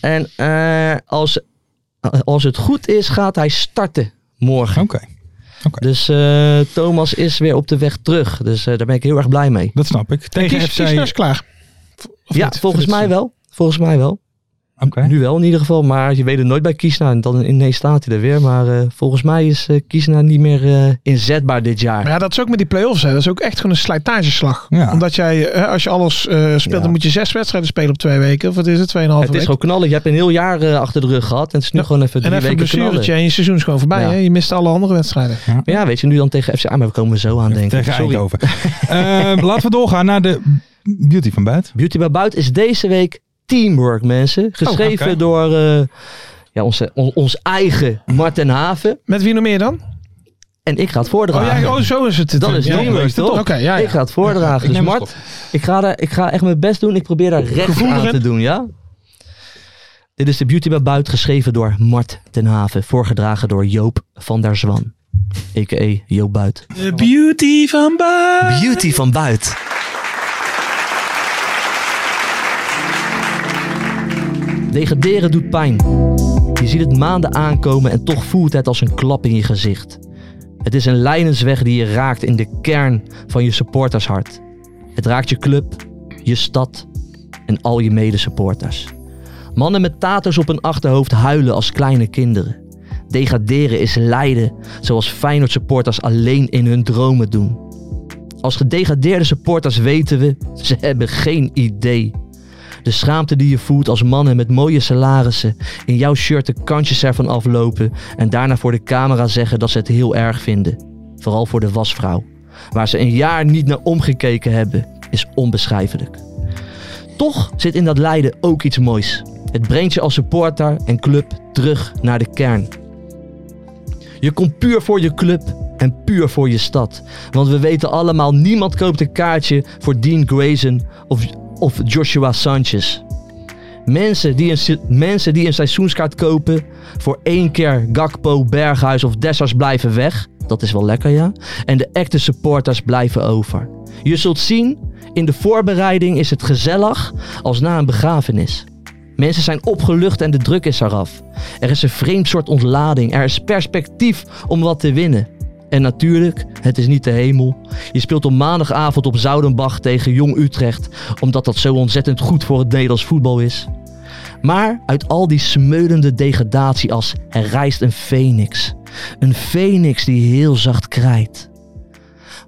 D: En eh, als, eh, als het goed is gaat hij starten morgen.
C: Oké.
D: Dus eh, Thomas is weer op de weg terug. Dus eh, daar ben ik heel erg blij mee.
C: Dat snap ik.
E: Kies,
C: Tegen
E: kies,
C: FC...
E: nou
C: Oké.
E: eens klaar. Of
D: ja,
E: niet?
D: volgens mij wel. Volgens mij wel. Nu wel in ieder geval, maar je weet het nooit bij Kiesna. En dan ineens staat hij er weer. Maar eh, volgens mij is eh Kiesna niet meer eh, inzetbaar dit jaar.
E: Maar ja, dat is ook met die play-offs. Hè. Dat is ook echt gewoon een slijtageslag.
C: Ja.
E: Omdat jij, hè, als je alles eh, speelt,
D: Ja.
E: dan moet je zes wedstrijden spelen op twee weken. Of wat is het? Tweeënhalve
D: het is
E: weken.
D: gewoon knallen. Je hebt een heel jaar eh, achter de rug gehad. En het is nu
E: Ja,
D: gewoon even drie
E: en even een
D: weken knallen.
E: blessuretje en je seizoen is gewoon voorbij.
D: Ja.
E: Hè? Je mist alle andere wedstrijden.
D: Maar ja, weet je, nu dan tegen FCA. Maar we komen er zo aan, denk ik.
C: Tegen
D: Sorry.
C: Eindhoven.
D: *laughs*
C: Eh, laten we doorgaan naar de beauty van buiten.
D: Beauty by Bout is deze week Teamwork, mensen. Geschreven
C: Oh, oké.
D: door eh, ja, onze, on- ons eigen Marten Haven.
E: Met wie nog meer dan?
D: En ik ga het
E: Oh,
D: voordragen.
E: ja, oh zo is het.
D: Dat is
E: ja,
D: teamwork,
E: dat is het
D: toch?
E: Oké, ja,
D: Ik ga
E: ja.
D: het voordragen. dus Mart, Ik ga, daar, ik ga echt mijn best doen. Ik probeer daar recht
E: Gevoel
D: aan
E: erin?
D: te doen, ja? Dit is de Beauty by Buit, geschreven door Mart ten Haven. Voorgedragen door Joop van der Zwan. A.k.a. Joop Buit.
E: De beauty van Ba.
D: Beauty van Buit. Degraderen doet pijn. Je ziet het maanden aankomen en toch voelt het als een klap in je gezicht. Het is een lijnensweg die je raakt in de kern van je supportershart. Het raakt je club, je stad en al je medesupporters. Mannen met taters op hun achterhoofd huilen als kleine kinderen. Degraderen is lijden, zoals Feyenoord supporters alleen in hun dromen doen. Als gedegradeerde supporters weten we, ze hebben geen idee. De schaamte die je voelt als mannen met mooie salarissen in jouw shirt de kantjes ervan aflopen en daarna voor de camera zeggen dat ze het heel erg vinden. Vooral voor de wasvrouw, waar ze een jaar niet naar omgekeken hebben, is onbeschrijfelijk. Toch zit in dat lijden ook iets moois. Het brengt je als supporter en club terug naar de kern. Je komt puur voor je club en puur voor je stad. Want we weten allemaal, niemand koopt een kaartje voor Dean Grayson of, of Joshua Sanchez. Mensen die, een, se- mensen die een seizoenskaart kopen voor één keer Gakpo, Berghuis of Dessers blijven weg. Dat is wel lekker, ja. En de echte supporters blijven over. Je zult zien, in de voorbereiding is het gezellig als na een begrafenis. Mensen zijn opgelucht en de druk is eraf. Er is een vreemd soort ontlading. Er is perspectief om wat te winnen. En natuurlijk, het is niet de hemel. Je speelt op maandagavond op Zoudenbach tegen Jong Utrecht, omdat dat zo ontzettend goed voor het Nederlands voetbal is. Maar uit al die smeulende degradatie als er rijst een phoenix. Een phoenix die heel zacht krijt.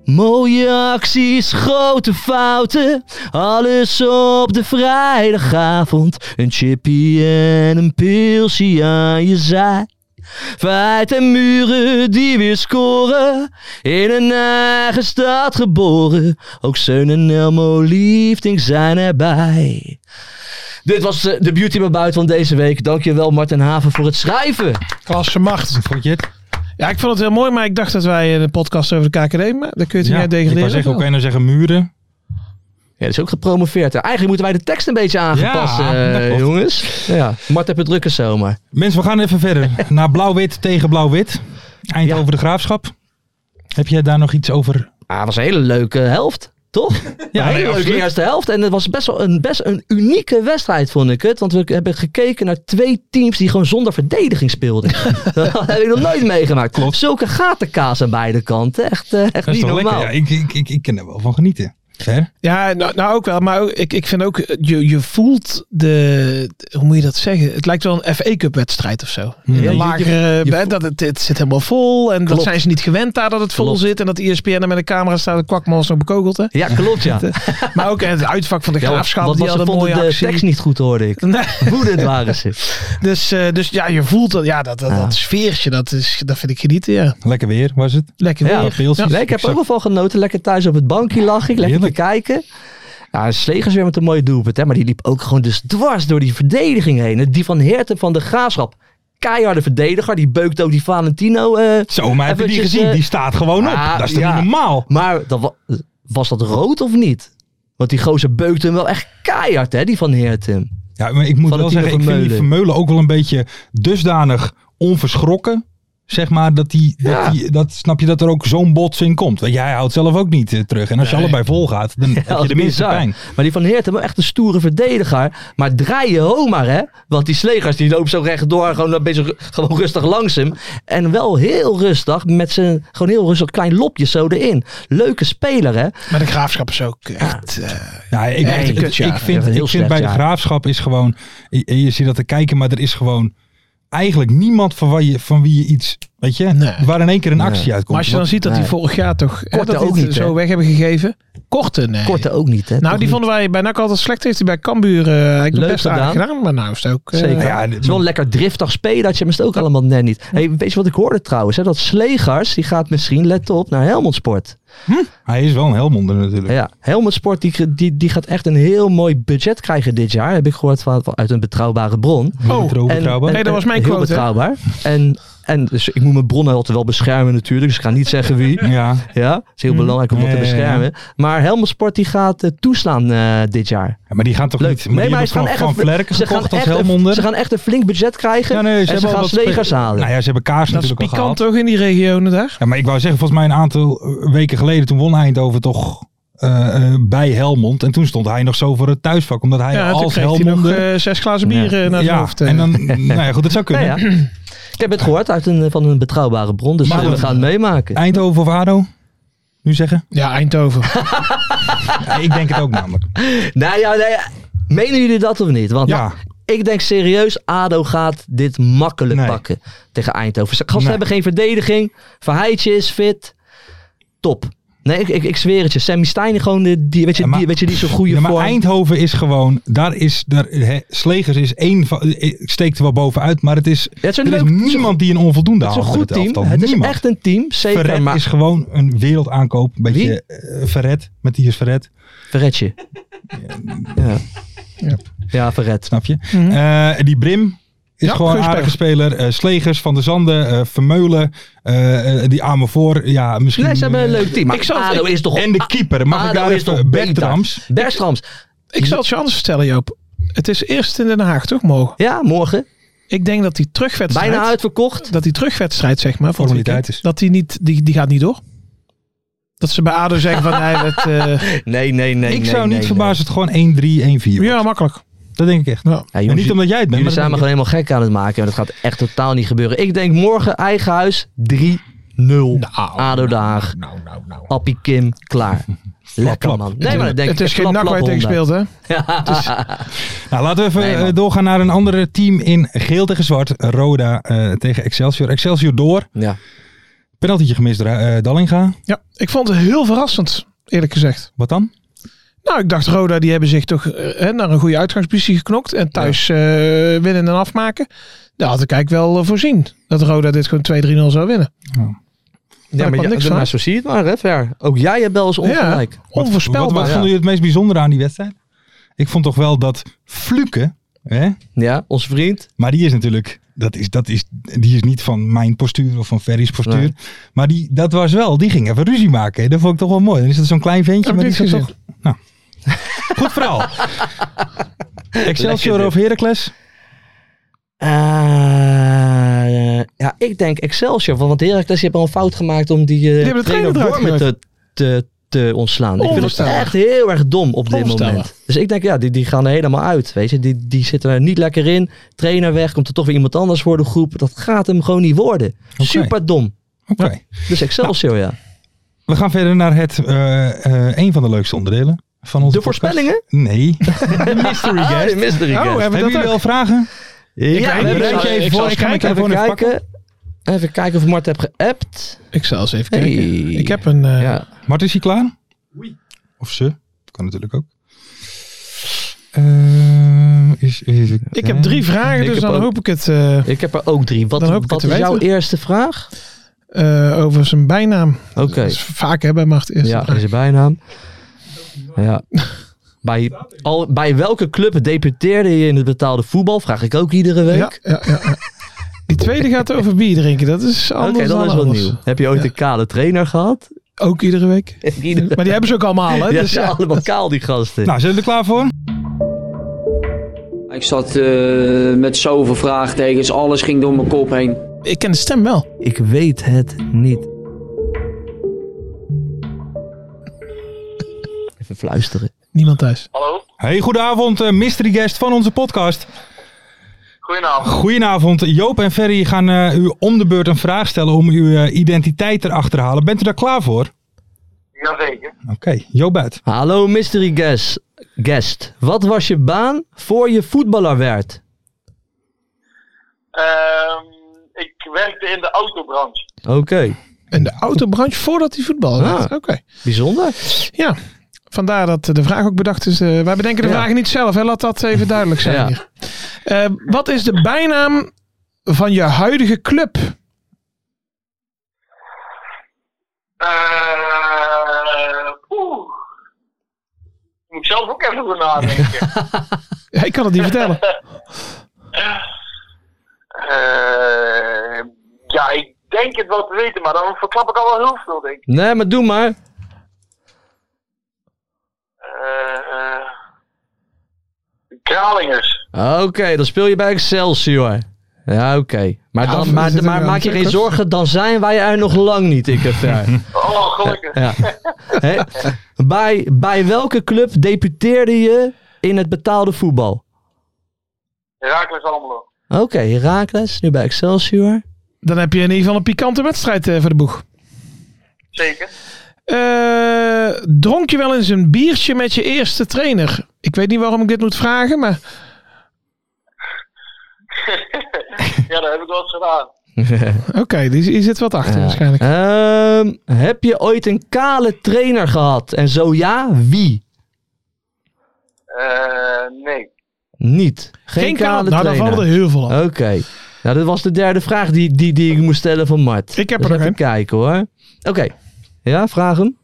D: Mooie acties, grote fouten. Alles op de vrijdagavond. Een chippy en een pilsie aan je zij. Feit en muren die weer scoren. In een eigen stad geboren. Ook Seun en Elmo Liefding zijn erbij. Dit was eh, de Beauty by Buiten van deze week. Dankjewel Martin Haven voor het schrijven.
E: Klasse macht.
C: Vond je het?
E: Ja, ik vond het heel mooi, maar ik dacht dat wij een podcast over de KKD, maar daar kun je het niet uit
C: ik wou
E: degraderen.
C: zeggen, hoe kan je nou zeggen muren?
D: Ja, dat is ook gepromoveerd. hè. Eigenlijk moeten wij de tekst een beetje aangepast,
C: Ja,
D: eh,
C: dat klopt.
D: jongens. Ja, Mart heeft het drukke zomer.
C: Mensen, we gaan even
D: *laughs*
C: verder. naar blauw-wit tegen blauw-wit. Eind over de graafschap. Heb jij daar nog iets over?
D: Ah, het was een hele leuke helft, toch? Ja, een
C: nee,
D: hele leuke
C: absoluut.
D: eerste helft. En het was best wel een, best een unieke wedstrijd, vond ik het. Want we hebben gekeken naar twee teams die gewoon zonder verdediging speelden. dat heb ik nog nooit meegemaakt. Klopt. Zulke gatenkaas aan beide kanten. Echt, eh, echt
C: Dat is
D: niet
C: toch
D: normaal.
C: lekker? Ja, ik, ik, ik, ik kan er wel van genieten. Ver?
E: Ja, nou, nou ook wel. Maar ook- ik, ik vind ook, eh, je, je voelt de, hoe moet je dat zeggen? Het lijkt wel een FA Cup wedstrijd of zo.
C: Ja,
E: Ja,
D: je-
E: lagere,
D: je
E: eh,
D: voelt-
E: dat het, het zit helemaal vol. En
D: Klopt.
E: dat zijn ze niet gewend daar dat het vol
D: Klopt.
E: zit. En dat E ESPN er met een camera staat en kwakman ons nog bekogelt. Hè?
D: Ja, klopt ja.
E: Maar ook eh, het uitvak van de
D: Ja,
E: graafschap,
D: want
E: die
D: was
E: hadden een
D: vonden
E: mooie
D: de
E: actie.
D: tekst niet goed hoorde ik.
E: Nee, *laughs*
D: Woedend waren ze.
E: dus, eh, dus ja, je voelt dat, ja, dat, dat,
D: Ja.
E: dat sfeertje, dat, is, dat vind ik genieten, ja.
C: Lekker weer was het.
E: Lekker
D: Ja,
E: weer.
C: geeltjes.
D: Nee, *laughs* ik heb er ook wel van genoten. Lekker thuis op het bankje lag ik. Lekker
C: Heerlijk.
D: te kijken. Ja, Slegers weer met een mooie doelpunt. Hè? Maar die liep ook gewoon dus dwars door die verdediging heen. Die van Herten van de Graafschap. Keiharde verdediger. Die beukt ook die Valentino. eh.
C: Zo, maar heb je die
D: Eventjes,
C: gezien?
D: eh,
C: Die staat gewoon op.
D: ah,
C: dat is toch
D: ja.
C: niet normaal?
D: Maar dat wa- was dat rood of niet? Want die gozer beukte hem wel echt keihard, hè? Die van Herten.
C: Ja, maar ik moet wel
D: Valentino
C: zeggen, ik vind die
D: Vermeulen.
C: Vermeulen ook wel een beetje dusdanig onverschrokken. Zeg maar, dat die,
D: Ja.
C: dat, die- dat snap je dat er ook zo'n botsing komt. Want jij houdt zelf ook niet eh, terug. En als je
E: Nee.
C: allebei vol gaat,
D: *laughs*
C: dan heb
D: dat
C: je
D: is ah.
C: de minste
D: bizar.
C: pijn.
D: Maar die van Herten, wel echt een stoere verdediger. Maar draai je homar, hè? Want die Slegers die loopt zo rechtdoor. Gewoon een beetje ru- gewoon rustig langs hem. En wel heel rustig. Met zijn gewoon heel rustig klein lopje zo erin. Leuke speler, hè?
E: Maar de graafschap is ook echt... eh,
C: Ja, Nou, ik,
E: Echt een
C: ik,
E: kutjaar.
C: ik
D: Ja,
C: vind,
D: heel
C: ik vind
D: slecht
C: bij de
D: jaar.
C: graafschap is gewoon. Je, je zit dat te kijken, maar er is gewoon eigenlijk niemand van, waar je, van wie je iets. Weet je,
E: Nee.
C: waar in één keer een actie
E: maar
C: uitkomt.
E: als je dan
C: Wat-
E: ziet dat die
D: nee.
E: vorig jaar toch... eh,
D: Korte
E: dat die
D: ook
E: het
D: niet,
E: zo
D: hè?
E: weg hebben gegeven. Korte, nee.
D: Korte ook niet, hè?
E: Nou,
D: Toch
E: die
D: niet.
E: vonden wij bij NAC altijd slecht. Heeft hij bij Cambuur eh eigenlijk
D: Leuk
E: best aardig
D: gedaan.
E: gedaan. Maar nou is het ook... eh,
D: Zeker.
C: ja,
D: het is wel een lekker driftig spelertje, maar is het ook allemaal net niet. Hey, weet je wat ik hoorde trouwens? Hè? Dat Slegers, die gaat misschien, let op, naar Helmond Sport.
C: Hij is wel een helmonder natuurlijk.
D: Ja, Helmond Sport die, die, die gaat echt een heel mooi budget krijgen dit jaar. Heb ik gehoord van, uit een betrouwbare bron.
E: Oh,
C: Metro betrouwbaar.
E: Nee, dat was mijn
D: Heel
E: quote, hè?
D: betrouwbaar. En, en dus ik moet mijn bronnen altijd wel beschermen natuurlijk. Dus ik ga niet zeggen wie.
C: ja.
D: Ja, het is heel belangrijk om dat
C: Mm. Ja,
D: te
C: ja, ja.
D: beschermen. Maar Helmond Sport die gaat eh, toeslaan eh, dit jaar.
C: Ja, maar die gaan toch
D: Leuk.
C: niet. Maar die hebben
D: gaan
C: van, van
D: een-
C: Vlerken
D: ze gaan
C: gekocht als
D: echt een-
C: helmonder.
D: Ze gaan echt een flink budget krijgen.
C: Ja, nee,
D: en ze
C: hebben al
D: gaan
C: wat spe-
D: slegers halen.
C: Nou ja, ze hebben kaars
E: Dat is
C: natuurlijk al
E: pikant
C: gehad.
E: toch in die regionen daar?
C: Ja, maar ik wou zeggen, volgens mij een aantal eh, weken geleden, toen won Eindhoven toch eh, eh, bij Helmond. En toen stond hij nog zo voor het thuisvak, omdat hij
E: Ja, toen
C: als
E: kreeg hij nog
C: Helmonder...
E: eh, zes glazen bier eh, naar zijn
C: ja,
E: hoofd. eh.
C: en dan, nou ja, goed, dat zou kunnen.
D: Nou ja. Ik heb het gehoord uit een, eh, van een betrouwbare bron, dus
C: Maar-
D: we gaan het meemaken.
C: Eindhoven of ADO? Nu zeggen?
E: Ja,
C: *laughs*
E: Eindhoven.
C: Ja, ik denk het ook namelijk.
D: Nou ja, nou ja, menen jullie dat of niet? Want
C: Ja.
D: ik denk serieus, ADO gaat dit makkelijk
C: Nee.
D: pakken tegen Eindhoven. Ze- Gasten
C: Nee.
D: hebben geen verdediging, Verheidje is fit, top. Nee, ik, ik, ik zweer het je. Sammy Stein gewoon, de- die, weet, je,
C: Ja, maar-
D: die, weet je, die is zo'n goede
C: Ja, maar
D: vorm.
C: Eindhoven is gewoon, daar is, daar, hè, Slegers is één van, eh, steekt er wel bovenuit, maar het is,
D: Ja, het is
C: er
D: een
C: is
D: leuk- het is een-
C: niemand die een onvoldoende
D: het is
C: haalt.
D: een goed
C: met
D: team.
C: elftal.
D: Het is
C: Niemand.
D: echt een team, zeker.
C: Verret
D: maar
C: is gewoon een wereldaankoop. Een beetje eh, Verret, Matthias Verret,
D: Verretje. Ja.
E: Ja.
D: ja, Verret.
C: snap je?
D: Mhm.
C: Eh, die Brim is
E: Ja,
C: gewoon een
E: goeie
C: aardige speler. Eh, Slegers, Van der Zanden, eh, Vermeulen, eh, eh, die Amervoor. Ja, misschien...
D: Nee, ze hebben een
C: eh,
D: leuk team. Maar
E: ik zal-
D: ADO is toch...
C: En de keeper, mag ik
D: ADO
C: daar
D: is toch
C: even... Bertrams.
D: beter. Bertrams.
E: ik zal het je anders vertellen, Joop. Het is eerst in Den Haag, toch? Morgen.
D: Ja, morgen.
E: Ik denk dat die terugwedstrijd...
D: Bijna uitverkocht.
E: Dat die terugwedstrijd, zeg maar, van het
C: Formaliteit
E: weekend,
C: is.
E: Dat die niet... Die, die gaat niet door. Dat ze bij ADO zeggen van... nee,
C: *laughs*
E: dat, eh,
D: Nee, nee, nee.
C: ik
D: nee,
C: zou niet
D: nee,
C: verbaasd het gewoon 1-3, 1-4 wordt.
E: ja, makkelijk.
C: Dat denk ik echt.
E: Ja.
D: Nee. Ja,
C: En
D: jongens,
C: niet omdat jij het bent,
D: jullie
C: maar
D: zijn me
C: dat
D: gewoon helemaal gek aan het maken. En dat gaat echt totaal niet gebeuren. Ik denk morgen eigen huis 3-0. ADO Den Haag.
C: Nou, nou, nou.
D: Appie Kim,
C: *laughs*
D: klaar. Lekker
C: flap.
D: man. Nee, maar dat denk
E: het
D: ik
E: is
D: echt
E: geen
D: flap,
E: NAC waar je
D: flap,
E: tegen
D: Honda.
E: speelt, hè?
C: Nou, laten we even
D: Nee, man.
C: eh, doorgaan naar een ander team in geel tegen zwart. Roda eh, tegen Excelsior. Excelsior door.
D: Ja.
C: Penaltietje gemist door eh, Dallinga.
E: Ja, ik vond het heel verrassend, eerlijk gezegd.
C: Wat dan?
E: Nou, ik dacht Roda, die hebben zich toch eh, hè, naar een goede uitgangspositie geknokt. En thuis eh, winnen en afmaken. Daar had ik eigenlijk wel eh, voorzien. Dat Roda dit gewoon 2-3-0 zou winnen.
D: Ja,
E: kwam
D: maar,
E: niks
D: ja,
E: van.
D: maar zo zie je het maar, hè, Ver. Ook jij hebt wel eens ongelijk.
E: Onvoorspelbaar.
C: Wat, wat vonden jullie het meest bijzondere aan die wedstrijd? Ik vond toch wel dat Fluke, hè?
D: Ja, onze vriend.
C: maar die is natuurlijk, dat is, dat is, die is niet van mijn postuur of van Ferry's postuur.
D: Nee.
C: Maar die, dat was wel, die ging even ruzie maken. Dat vond ik toch wel mooi. Dan is dat zo'n klein ventje,
E: Heb
C: maar
E: ik
C: die is
E: niks
C: toch... Nou, goed verhaal.
D: Lekker
C: Excelsior
D: dit.
C: of Heracles?
D: Eh, ja, ik denk Excelsior. Want Heracles, je hebt al een fout gemaakt om die eh
E: hebben de trainer
D: trainer
E: eruit
D: Wormen te, te, te ontslaan. Ik vind het
E: Onvoorstelbaar.
D: echt heel erg dom op dit
E: Onvoorstelbaar.
D: moment. Dus ik denk, ja, die, die gaan er helemaal uit. Weet je, die, die zitten er niet lekker in. Trainer weg, komt er toch weer iemand anders voor de groep. Dat gaat hem gewoon niet worden.
C: Oké.
D: Super dom.
C: Oké.
D: Dus Excelsior, ja.
C: We We gaan verder naar het, eh, eh, een van de leukste onderdelen van onze
D: De voorspellingen?
C: podcast. Nee. de mystery
D: Ah,
C: guest.
D: de mystery
E: Oh,
D: guest.
E: hebben we
C: Hebben
E: dat
C: jullie
E: ook?
C: wel vragen?
D: Ja,
E: ga-
D: we
E: ik
D: hebben-
E: bereid je even voor.
D: zal
E: Ik ga
D: eens
C: mijn
D: kijken,
C: telefoon
D: even
C: even
D: kijken. Even kijken of Mart heb geappt.
E: Ik zal eens even
D: Hey.
E: kijken. Ik heb een... eh,
D: Ja.
C: Mart, is hij klaar? Oui. Of ze? Kan natuurlijk ook. Eh, is, even
E: Ik heb drie vragen,
D: Ik
E: dus
D: heb
E: dan
D: ook-
E: hoop ik het eh,
D: Ik heb er ook drie. Wat,
E: Dan hoop ik
D: wat
E: het
D: is
E: te
D: jouw
E: weten.
D: eerste vraag?
E: eh, over zijn bijnaam.
D: Oké.
E: Dat is vaak hè, bij Macht eerst.
D: Ja, is een bijnaam. Ja. Bij, al, bij welke club debuteerde je in het betaalde voetbal? Vraag ik ook iedere week.
E: ja, ja, ja. Die tweede gaat over bier drinken. Dat is
D: Oké,
E: anders
D: dat
E: dan
D: is wel
E: anders.
D: nieuw. Heb je ooit
E: Ja.
D: een kale trainer gehad?
E: Ook iedere week.
D: *laughs* Iedere...
E: Maar die hebben ze ook allemaal,
D: *laughs* Ja,
E: hè? dus
D: ze
E: ja.
D: zijn allemaal kaal, die gasten.
C: Nou, zijn we er klaar voor?
F: Ik zat eh, met zoveel vraagtekens, alles ging door mijn kop heen.
E: Ik ken de stem wel.
D: Ik weet het niet. Even fluisteren.
E: Niemand thuis.
D: Oh.
C: Hey, goedenavond, eh, mystery guest van onze podcast.
G: Goedenavond.
C: Goedenavond, Joop en Ferry gaan eh, u om de beurt een vraag stellen om uw eh, identiteit erachter te halen. Bent u daar klaar voor?
G: Jazeker.
C: Oké, Joop uit.
D: Hallo mystery guest. guest. Wat was je baan voor je voetballer werd?
G: Ehm, ik werkte in de autobranche.
D: Oké,
E: In de autobranche voordat hij voetbal werd.
D: Ah.
E: Oké.
D: bijzonder.
E: Ja. Vandaar dat de vraag ook bedacht is. eh, wij bedenken de
D: Ja.
E: vragen niet zelf, hè? laat dat even duidelijk zijn
D: Ja.
E: hier. Eh, wat is de bijnaam van je huidige club?
G: Eh, Oeh. Moet ik zelf ook even over nadenken.
E: Ja, ik kan het niet
D: *laughs*
E: vertellen.
G: Eh, ja, ik denk het wel te weten, maar dan verklap ik al wel heel veel, denk ik.
D: Nee, maar doe maar.
G: Eh, eh, Kralingers.
D: Oké, dan speel je bij Excelsior. Ja, oké. Maar,
E: Ja,
D: dan,
E: of is
D: maar,
E: het
D: maar
E: een
D: maak je geen
E: club?
D: zorgen, dan zijn wij er nog lang niet, ik en ver.
G: Oh, gelukkig.
E: *laughs*
D: Ja. Hé, bij, bij welke club debuteerde je in het betaalde voetbal?
G: Herakles Almelo.
D: Oké, Herakles, nu bij Excelsior. *laughs*
E: Dan heb je in ieder geval een pikante wedstrijd eh, voor de boeg.
G: Zeker.
E: Eh, dronk je wel eens een biertje met je eerste trainer? Ik weet niet waarom ik dit moet vragen, maar
G: ja, dat heb ik wel eens gedaan.
E: oké, die- hier zit wat achter
D: Ja.
E: waarschijnlijk.
D: Ehm, heb je ooit een kale trainer gehad? En zo ja, wie?
G: Eh, nee.
D: Niet. Geen, kale
E: Nou, daar
D: trainer. Oh.
E: vallen er heel veel af.
D: Oké. Nou, dat was de derde vraag die, die, die ik moest stellen van Mart.
E: Ik heb
D: Dus
E: er
D: even
E: nog een.
D: kijken hoor. Oké. Ja, vraag hem.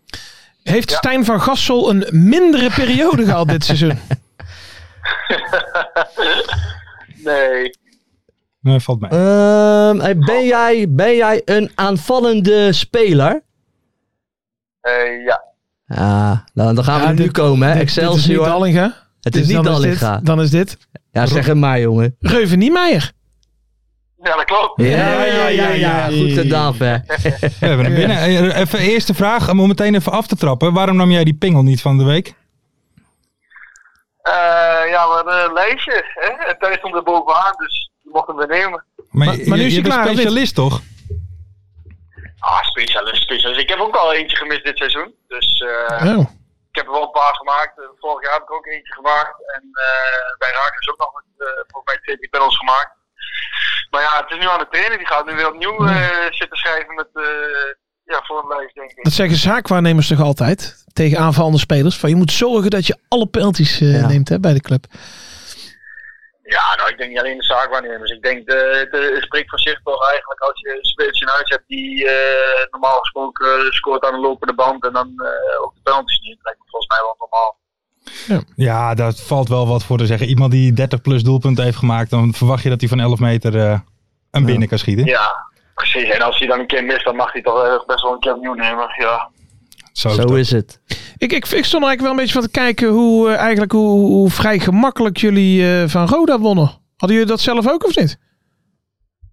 E: Heeft Stijn van Gassel een mindere periode gehad
D: *laughs*
E: dit seizoen?
G: Nee.
C: Nee, valt
E: Eh,
C: mij.
D: Ehm, hey, ben, jij, ben jij een aanvallende speler?
G: Eh, ja.
D: Ah, nou, dan gaan we
E: Ja,
D: er nu
E: dit-
D: komen, hè?
E: Dit- Dit is niet
D: Excelsior.
E: Dallinga.
D: Het is
E: Dus
D: niet
E: dan dit-
D: Dallinga.
E: Dan is dit
D: Ja, zeg het maar, jongen.
E: Reuven Niemeyer.
G: Ja, dat klopt.
D: Ja, ja, ja, ja. Goed gedaan, hè.
C: We hebben hem binnen. Eh, Even eerste vraag, om meteen even af te trappen. Waarom nam jij die pingel niet van de week?
G: Eh, ja, we hadden een lijstje. Hè? En thuis stond er bovenaan, dus we mochten hem weer nemen.
C: Maar,
E: maar nu is hij
C: bent
E: klaar, of niet?
C: specialist toch?
G: Ah, specialist, specialist. Ik heb ook al eentje gemist dit seizoen. Dus eh,
E: Oh.
G: ik heb er wel een paar gemaakt. Eh, Vorig jaar heb ik ook eentje gemaakt. En eh, bij Raak is ook nog eh, volgens mij twee die panels gemaakt. Maar ja, het is nu aan de trainer. Die gaat nu weer opnieuw eh, zitten schrijven met, eh ja, voor een lijst, denk ik.
E: Dat zeggen zaakwaarnemers toch altijd tegen aanvallende spelers. Van je moet zorgen dat je alle penalties eh,
D: Ja.
E: neemt hè, bij de club.
G: Ja, nou, ik denk niet alleen de zaakwaarnemers. Ik denk, de, de, het spreekt voor zich toch eigenlijk als je een spits in huis hebt die eh, normaal gesproken eh, scoort aan de lopende band en dan eh, ook de penalties niet. Lijkt me volgens mij wel normaal.
C: Ja, daar valt wel wat voor te zeggen. Iemand die 30 plus doelpunten heeft gemaakt, dan verwacht je dat hij van 11 meter eh, een binnen kan schieten.
G: Ja, precies. En als hij dan een keer mist, dan mag hij toch eh, best wel een keer opnieuw nemen. Ja.
C: Zo,
D: Zo
C: is
D: is het.
E: Ik, ik, ik stond er eigenlijk wel een beetje van te kijken hoe, eh, eigenlijk hoe, hoe vrij gemakkelijk jullie eh, van Roda wonnen. Hadden jullie dat zelf ook of niet?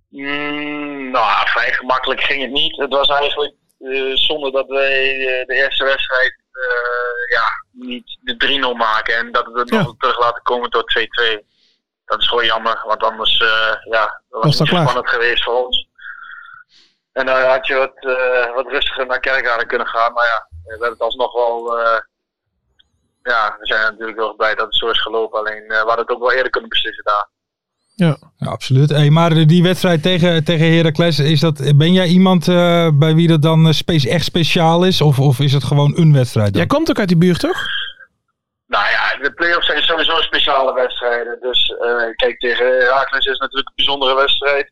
G: Mm, nou, vrij gemakkelijk ging het niet. Het was eigenlijk eh, zonder dat wij eh, de eerste wedstrijd eh, ja, niet de 3-0 maken en dat we het
E: Ja.
G: nog terug laten komen tot 2-2. Dat is gewoon jammer, want anders eh, ja, dat was,
E: Was dat
G: niet
E: klaar?
G: spannend geweest voor ons. En daar had je wat, eh, wat rustiger naar Kerkrade kunnen gaan. Maar ja, we hebben het alsnog wel... eh, ja, we zijn natuurlijk heel erg blij dat het zo is gelopen. Alleen eh, we hadden het ook wel eerder kunnen beslissen daar.
E: Ja.
C: Ja, absoluut. Hey, maar eh, die wedstrijd tegen, tegen Heracles, is dat, ben jij iemand eh, bij wie dat dan eh, spe- echt speciaal is? Of, of is het gewoon een wedstrijd? dan?
E: Jij komt ook uit die buurt, toch?
G: Nou ja, de play-offs zijn sowieso speciale wedstrijden. Dus eh, kijk, tegen Heracles is natuurlijk een bijzondere wedstrijd.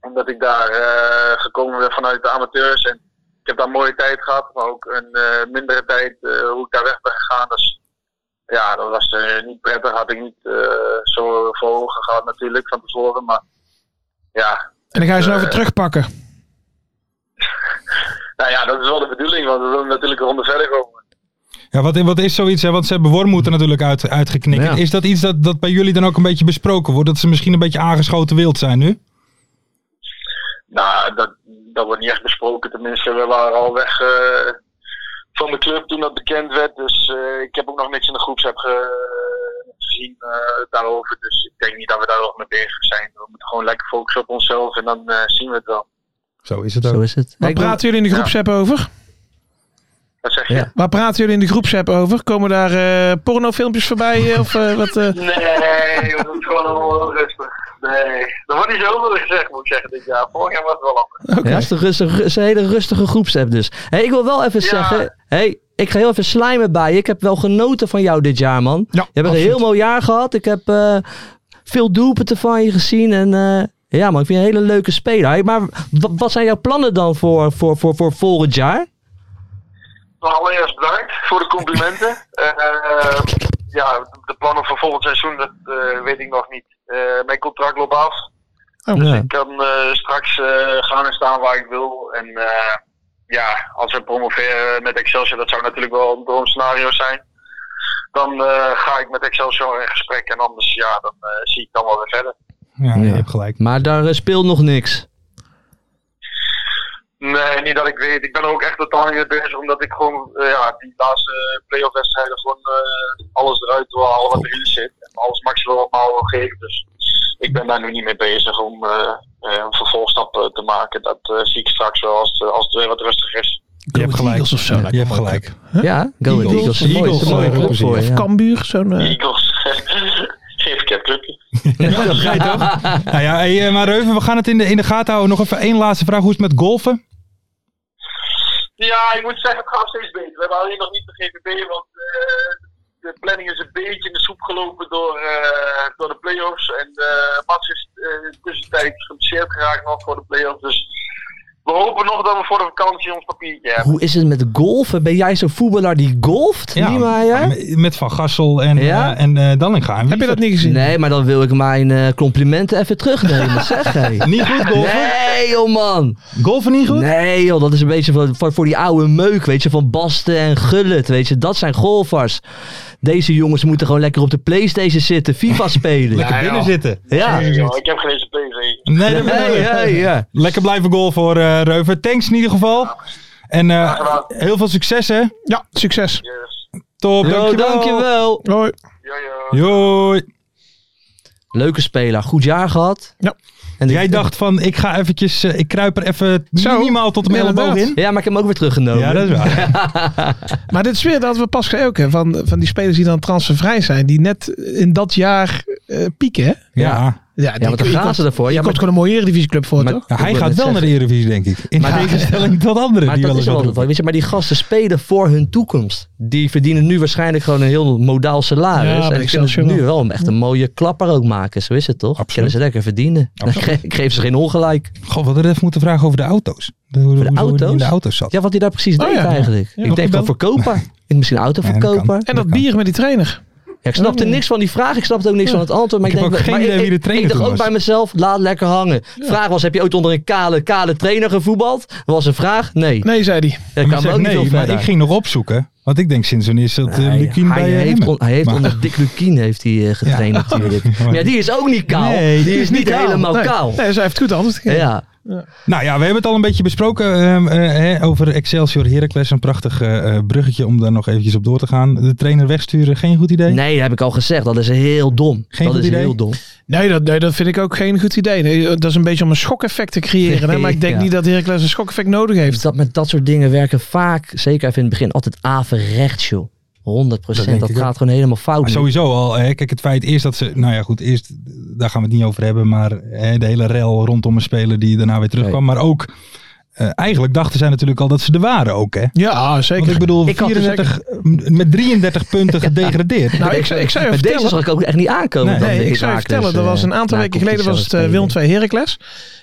G: Omdat ik daar eh, gekomen ben vanuit de amateurs. En ik heb daar een mooie tijd gehad, maar ook een eh, mindere tijd eh, hoe ik daar weg ben gegaan. Dus ja, dat was eh, niet prettig. Had ik niet eh, zo voor ogen gehad natuurlijk van tevoren. Maar ja,
E: En dan ga je ze nou weer terugpakken.
G: nou ja, dat is wel de bedoeling. Want we willen natuurlijk een ronde verder komen.
C: Ja, wat, wat is zoiets, hè? want ze hebben Wormoed er natuurlijk uit, uitgeknikt.
D: Ja.
C: Is dat iets dat, dat bij jullie dan ook een beetje besproken wordt? Dat ze misschien een beetje aangeschoten wild zijn nu?
G: Nou, dat, dat wordt niet echt besproken. Tenminste, we waren al weg eh, van de club toen dat bekend werd. Dus eh, ik heb ook nog niks in de groepsapp ge- gezien eh, daarover. Dus ik denk niet dat we daar nog mee bezig zijn. We moeten gewoon lekker focussen op onszelf en dan eh, zien we het wel.
C: Zo is het ook.
D: Zo is het.
E: Waar
D: Kijk,
E: praten jullie in de groepsapp over?
G: Wat zeg je?
D: Ja.
E: Waar praten jullie in de groepsapp over? Komen daar eh, pornofilmpjes voorbij? eh, of eh, wat? eh?
G: Nee, dat is gewoon allemaal heel rustig. Nee, er wordt niet zoveel gezegd, moet ik zeggen, dit jaar. Vorig jaar was het wel anders.
D: Ja, het is, een rustige- het is een hele rustige groepsapp dus. Hey, ik wil wel even
G: Ja.
D: zeggen, hey, ik ga heel even slijmen bij je. Ik heb wel genoten van jou dit jaar, man.
E: Ja,
D: je hebt een
E: absoluut.
D: heel mooi jaar gehad. Ik heb eh, veel doelpunten van je gezien. En eh, ja, man, ik vind je een hele leuke speler. Hey, maar wa- wat zijn jouw plannen dan voor, voor, voor, voor volgend jaar?
G: Maar Nou, allereerst bedankt voor de complimenten. Eh, eh, ja, de plannen voor volgend seizoen, dat eh, weet ik nog niet. Eh, mijn contract loopt af.
D: Ja.
G: Ik kan eh, straks eh, gaan en staan waar ik wil. En eh, ja, als we promoveren met Excelsior, dat zou natuurlijk wel een droomscenario zijn. Dan eh, ga ik met Excelsior in gesprek en anders ja, dan eh, zie ik dan wel weer verder.
C: Ja, je
D: Ja.
C: hebt gelijk.
D: Maar daar eh, speelt nog niks.
G: Nee, niet dat ik weet. Ik ben er ook echt totaal niet mee bezig, omdat ik gewoon eh, ja, die laatste playoff wedstrijden gewoon eh, alles eruit wil halen wat erin zit. En alles maximaal op mijn wil geven. Dus ik ben daar nu niet mee bezig om eh, eh, een vervolgstap eh, te maken. Dat eh, zie ik straks wel als, het- als het weer wat rustiger is.
C: Je hebt gelijk.
E: Eagles of zo, lijkt
C: je
E: me
C: hebt
E: wel
C: gelijk.
D: Ja, Go Ahead Eagles.
E: Eagles,
D: Een mooie-
E: Eagles,
D: een mooie
C: eh,
D: club voor je,
E: Of
D: ja.
E: Cambuur,
G: *laughs*
E: zo'n... eh,
G: Eagles. Geef ik het clubje.
C: Nou ja, hey, eh, maar Reuven, we gaan het in de, in de gaten houden. Nog even één laatste vraag. Hoe is het met golfen?
G: Ja, ik moet zeggen, het gaat steeds beter. We hebben alleen nog niet de GVB, want eh, de planning is een beetje in de soep gelopen door, eh, door de play-offs. En eh Mats is eh tussentijds geblesseerd geraakt nog voor de play-offs. Dus we hopen nog dat we voor de vakantie ons papiertje hebben.
D: Hoe is het met golfen? Ben jij zo'n voetballer die golft, ja.
C: met- met Van Gassel en,
D: Ja?
C: eh, en eh Dallinga. En wie
E: heb je dat niet gezien?
D: Nee, maar dan wil ik mijn eh, complimenten even terugnemen.
C: *laughs*
D: zeg, hey.
C: Niet goed golfen?
D: Nee, joh, man.
C: Golfen niet goed?
D: Nee, joh, dat is een beetje voor, voor, voor die oude meuk, weet je, van Basten en Gullit, weet je. Dat zijn golfers. Deze jongens moeten gewoon lekker op de Playstation zitten, FIFA spelen.
C: Lekker binnen zitten.
D: Ja.
G: Nee, joh, ik heb geen eens een PV.
C: Nee, dat bedoel
D: Hey,
C: ik.
D: hey, ja.
C: Lekker blijven golfen hoor, eh, Reuven. Thanks in ieder geval. En eh, heel veel succes hè.
E: Ja, succes.
G: Yes.
C: Top,
D: Yo,
C: dankjewel.
D: dankjewel.
E: Hoi.
G: Jojo.
C: Joi.
D: Leuke speler, goed jaar gehad.
E: Ja.
D: En die-
C: Jij dacht van, ik ga eventjes, eh, ik kruip er even
E: Zo,
C: minimaal tot mijn elleboog in.
E: inderdaad.
D: Ja, maar ik heb hem ook weer teruggenomen.
C: Ja, dat is waar.
E: Maar dit is weer dat we pas ook hè, van, van die spelers die dan transfervrij zijn, die net in dat jaar eh, pieken. Hè?
C: Ja.
E: Ja,
D: want dan
E: je
D: gaan
E: komt-
D: ze ervoor.
E: Je
D: Ja,
E: komt
D: maar-
E: gewoon een mooie Eredivisieclub voor,
D: Maar-
E: toch?
C: Ja,
D: Ik
C: hij
D: wil
C: gaat
D: net
C: wel naar de Eredivisie, denk ik. In
D: Maar-
C: tegenstelling tot anderen
D: Maar
C: die
D: dat
C: wel
D: is
C: eens
D: wel
C: wat
D: wat,
C: doen.
D: weet je, maar die gasten spelen voor hun toekomst. Die verdienen nu waarschijnlijk gewoon een heel modaal salaris.
E: Ja, bij
D: en die kunnen
E: Excelsior
D: nu
E: wel.
D: wel echt een mooie klapper ook maken. Zo is het toch?
C: Absoluut.
D: Kunnen ze lekker verdienen.
C: Absoluut.
D: Ik geef ze geen ongelijk.
C: Goh, we hadden even moeten vragen over de auto's. Hoe, hoe, hoe die in
D: auto's?
C: de auto's zat.
D: Ja, wat hij daar precies
E: Oh,
D: deed
E: ja.
D: eigenlijk. ik denk wel
C: opgebeld. *laughs*
D: verkoper. Ik misschien
C: Ja, dat
D: autoverkoper.
E: En dat bier met die trainer.
D: Ja, ik snapte niks van die vraag. Ik snapte ook niks van het antwoord. Maar
C: Ik
D: ik,
C: heb
D: denk,
C: ook geen
D: maar
C: idee
D: ik-
C: wie de
D: ik-
C: trainer
D: Ik dacht
C: toen
D: ook
C: was.
D: bij mezelf, laat lekker hangen. Vraag was, heb je ooit onder een kale, kale trainer gevoetbald? Was een vraag? Nee.
E: Nee, zei hij.
D: Dat
C: Maar
D: kan me
C: zeg,
D: ook niet
C: nee,
D: veel
C: maar
D: verder.
C: ik ging nog opzoeken. Want ik denk sinds wanneer is dat eh,
D: Nee,
C: Lukien
D: hij,
C: bij eh,
D: heeft,
C: Emmen?
D: on- hij heeft
C: Maar-
D: onder Dick Lukien heeft hij eh, getraind natuurlijk. Maar ja, die is ook niet kaal.
C: Nee,
D: die is niet
E: kaal.
D: helemaal
E: nee.
D: kaal.
E: Nee, dus hij heeft het goed antwoord gegeven.
D: Ja,
C: Nou ja, we hebben het al een beetje besproken ehm, eh, hè, over Excelsior Heracles. Een prachtig eh, eh, bruggetje om daar nog eventjes op door te gaan. De trainer wegsturen, geen goed idee?
D: Nee, dat heb ik al gezegd. Dat is heel dom.
C: Geen
D: dat
C: goed
D: is
C: idee.
D: heel dom.
E: Nee dat, nee, dat vind ik ook geen goed idee. Nee, dat is een beetje om een schokeffect te creëren. Hè? Maar ik denk
D: Ja.
E: niet dat Heracles een schokeffect nodig
D: Dus
E: heeft.
D: dat met dat soort dingen werken vaak, zeker even in het begin, altijd averechts, joh.
C: Dat
D: 100
C: denk
D: procent. Dat,
C: ik
D: gaat gewoon helemaal fout.
C: Maar
D: nu.
C: sowieso al, hè, kijk het feit eerst dat ze, nou ja goed, eerst, daar gaan we het niet over hebben, maar hè, de hele rel rondom een speler die daarna weer terugkwam. Maar ook, eh, eigenlijk dachten zij natuurlijk al dat ze er waren ook hè.
E: Ja, zeker.
C: Want ik bedoel,
E: Ik had dus
C: 34, met 33 punten gedegradeerd.
E: Nou, ik, zou- ik zou je
D: Met deze
E: vertellen...
D: zag ik ook echt niet aankomen.
C: Nee.
D: dat
E: Nee,
D: de
E: ik zou je
D: Heracles,
E: vertellen, er
D: eh,
E: was een aantal
D: daar
E: weken
D: komt
E: geleden was het eh,
D: zelfs
E: Willem
D: tegen.
E: 2 Heracles.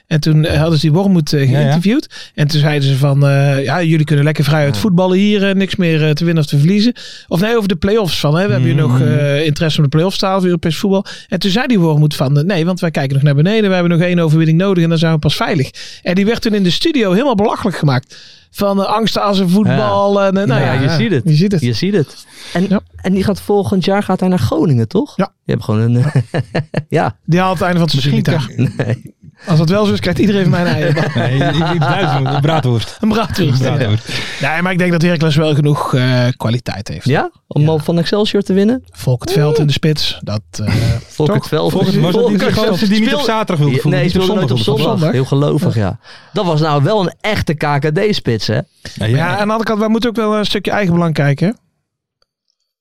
E: En toen eh, hadden ze die Wormoed
C: Ja,
E: eh,
C: ja.
E: geïnterviewd. En toen zeiden ze van, eh, ja, jullie kunnen lekker vrij uit voetballen hier. eh, niks meer eh, te winnen of te verliezen. Of nee, over de play-offs van. Hè. We hebben hier nog
D: Mhm.
E: eh, interesse om de play-offs te halen voor Europees voetbal. En toen zei die Wormoed van, eh, nee, want wij kijken nog naar beneden. We hebben nog één overwinning nodig en dan zijn we pas veilig. En die werd toen in de studio helemaal belachelijk gemaakt. Van eh, angst aan zijn voetbal. En, eh, nou
D: Ja,
E: ja,
D: je ziet het.
E: Je ziet het.
D: Je ziet het. En,
E: Ja.
D: en die gaat volgend jaar gaat hij naar Groningen, toch?
E: Ja.
D: Je hebt gewoon een... eh, *laughs* ja.
E: Die haalt het einde van het seizoen
C: Misschien
E: niet
C: kan,
E: aan. Als dat wel zo is, krijgt iedereen *laughs* van mij een eieren.
C: nee, ik, ik, Duitsland, een braadworst.
E: Een braadwurst.
C: Een braadworst.
E: Nee, maar ik denk dat Heracles wel genoeg eh, kwaliteit heeft.
D: ja? Om al van Excelsior te winnen?
E: Volk het veld in de spits. Dat,
D: *laughs*
E: eh,
D: Volkert
E: Toch?
D: Veld.
C: Volgens mij was dat die- die gasten die niet op zaterdag wilden voelen.
D: Nee,
C: die
D: speelde nooit op zondag.
E: zondag.
D: Heel gelovig, ja. Dat was nou wel een echte KKD-spits, hè?
C: Ja,
E: ja, aan de
C: ja,
E: andere kant, wij moeten ook wel een stukje eigenbelang kijken. hè?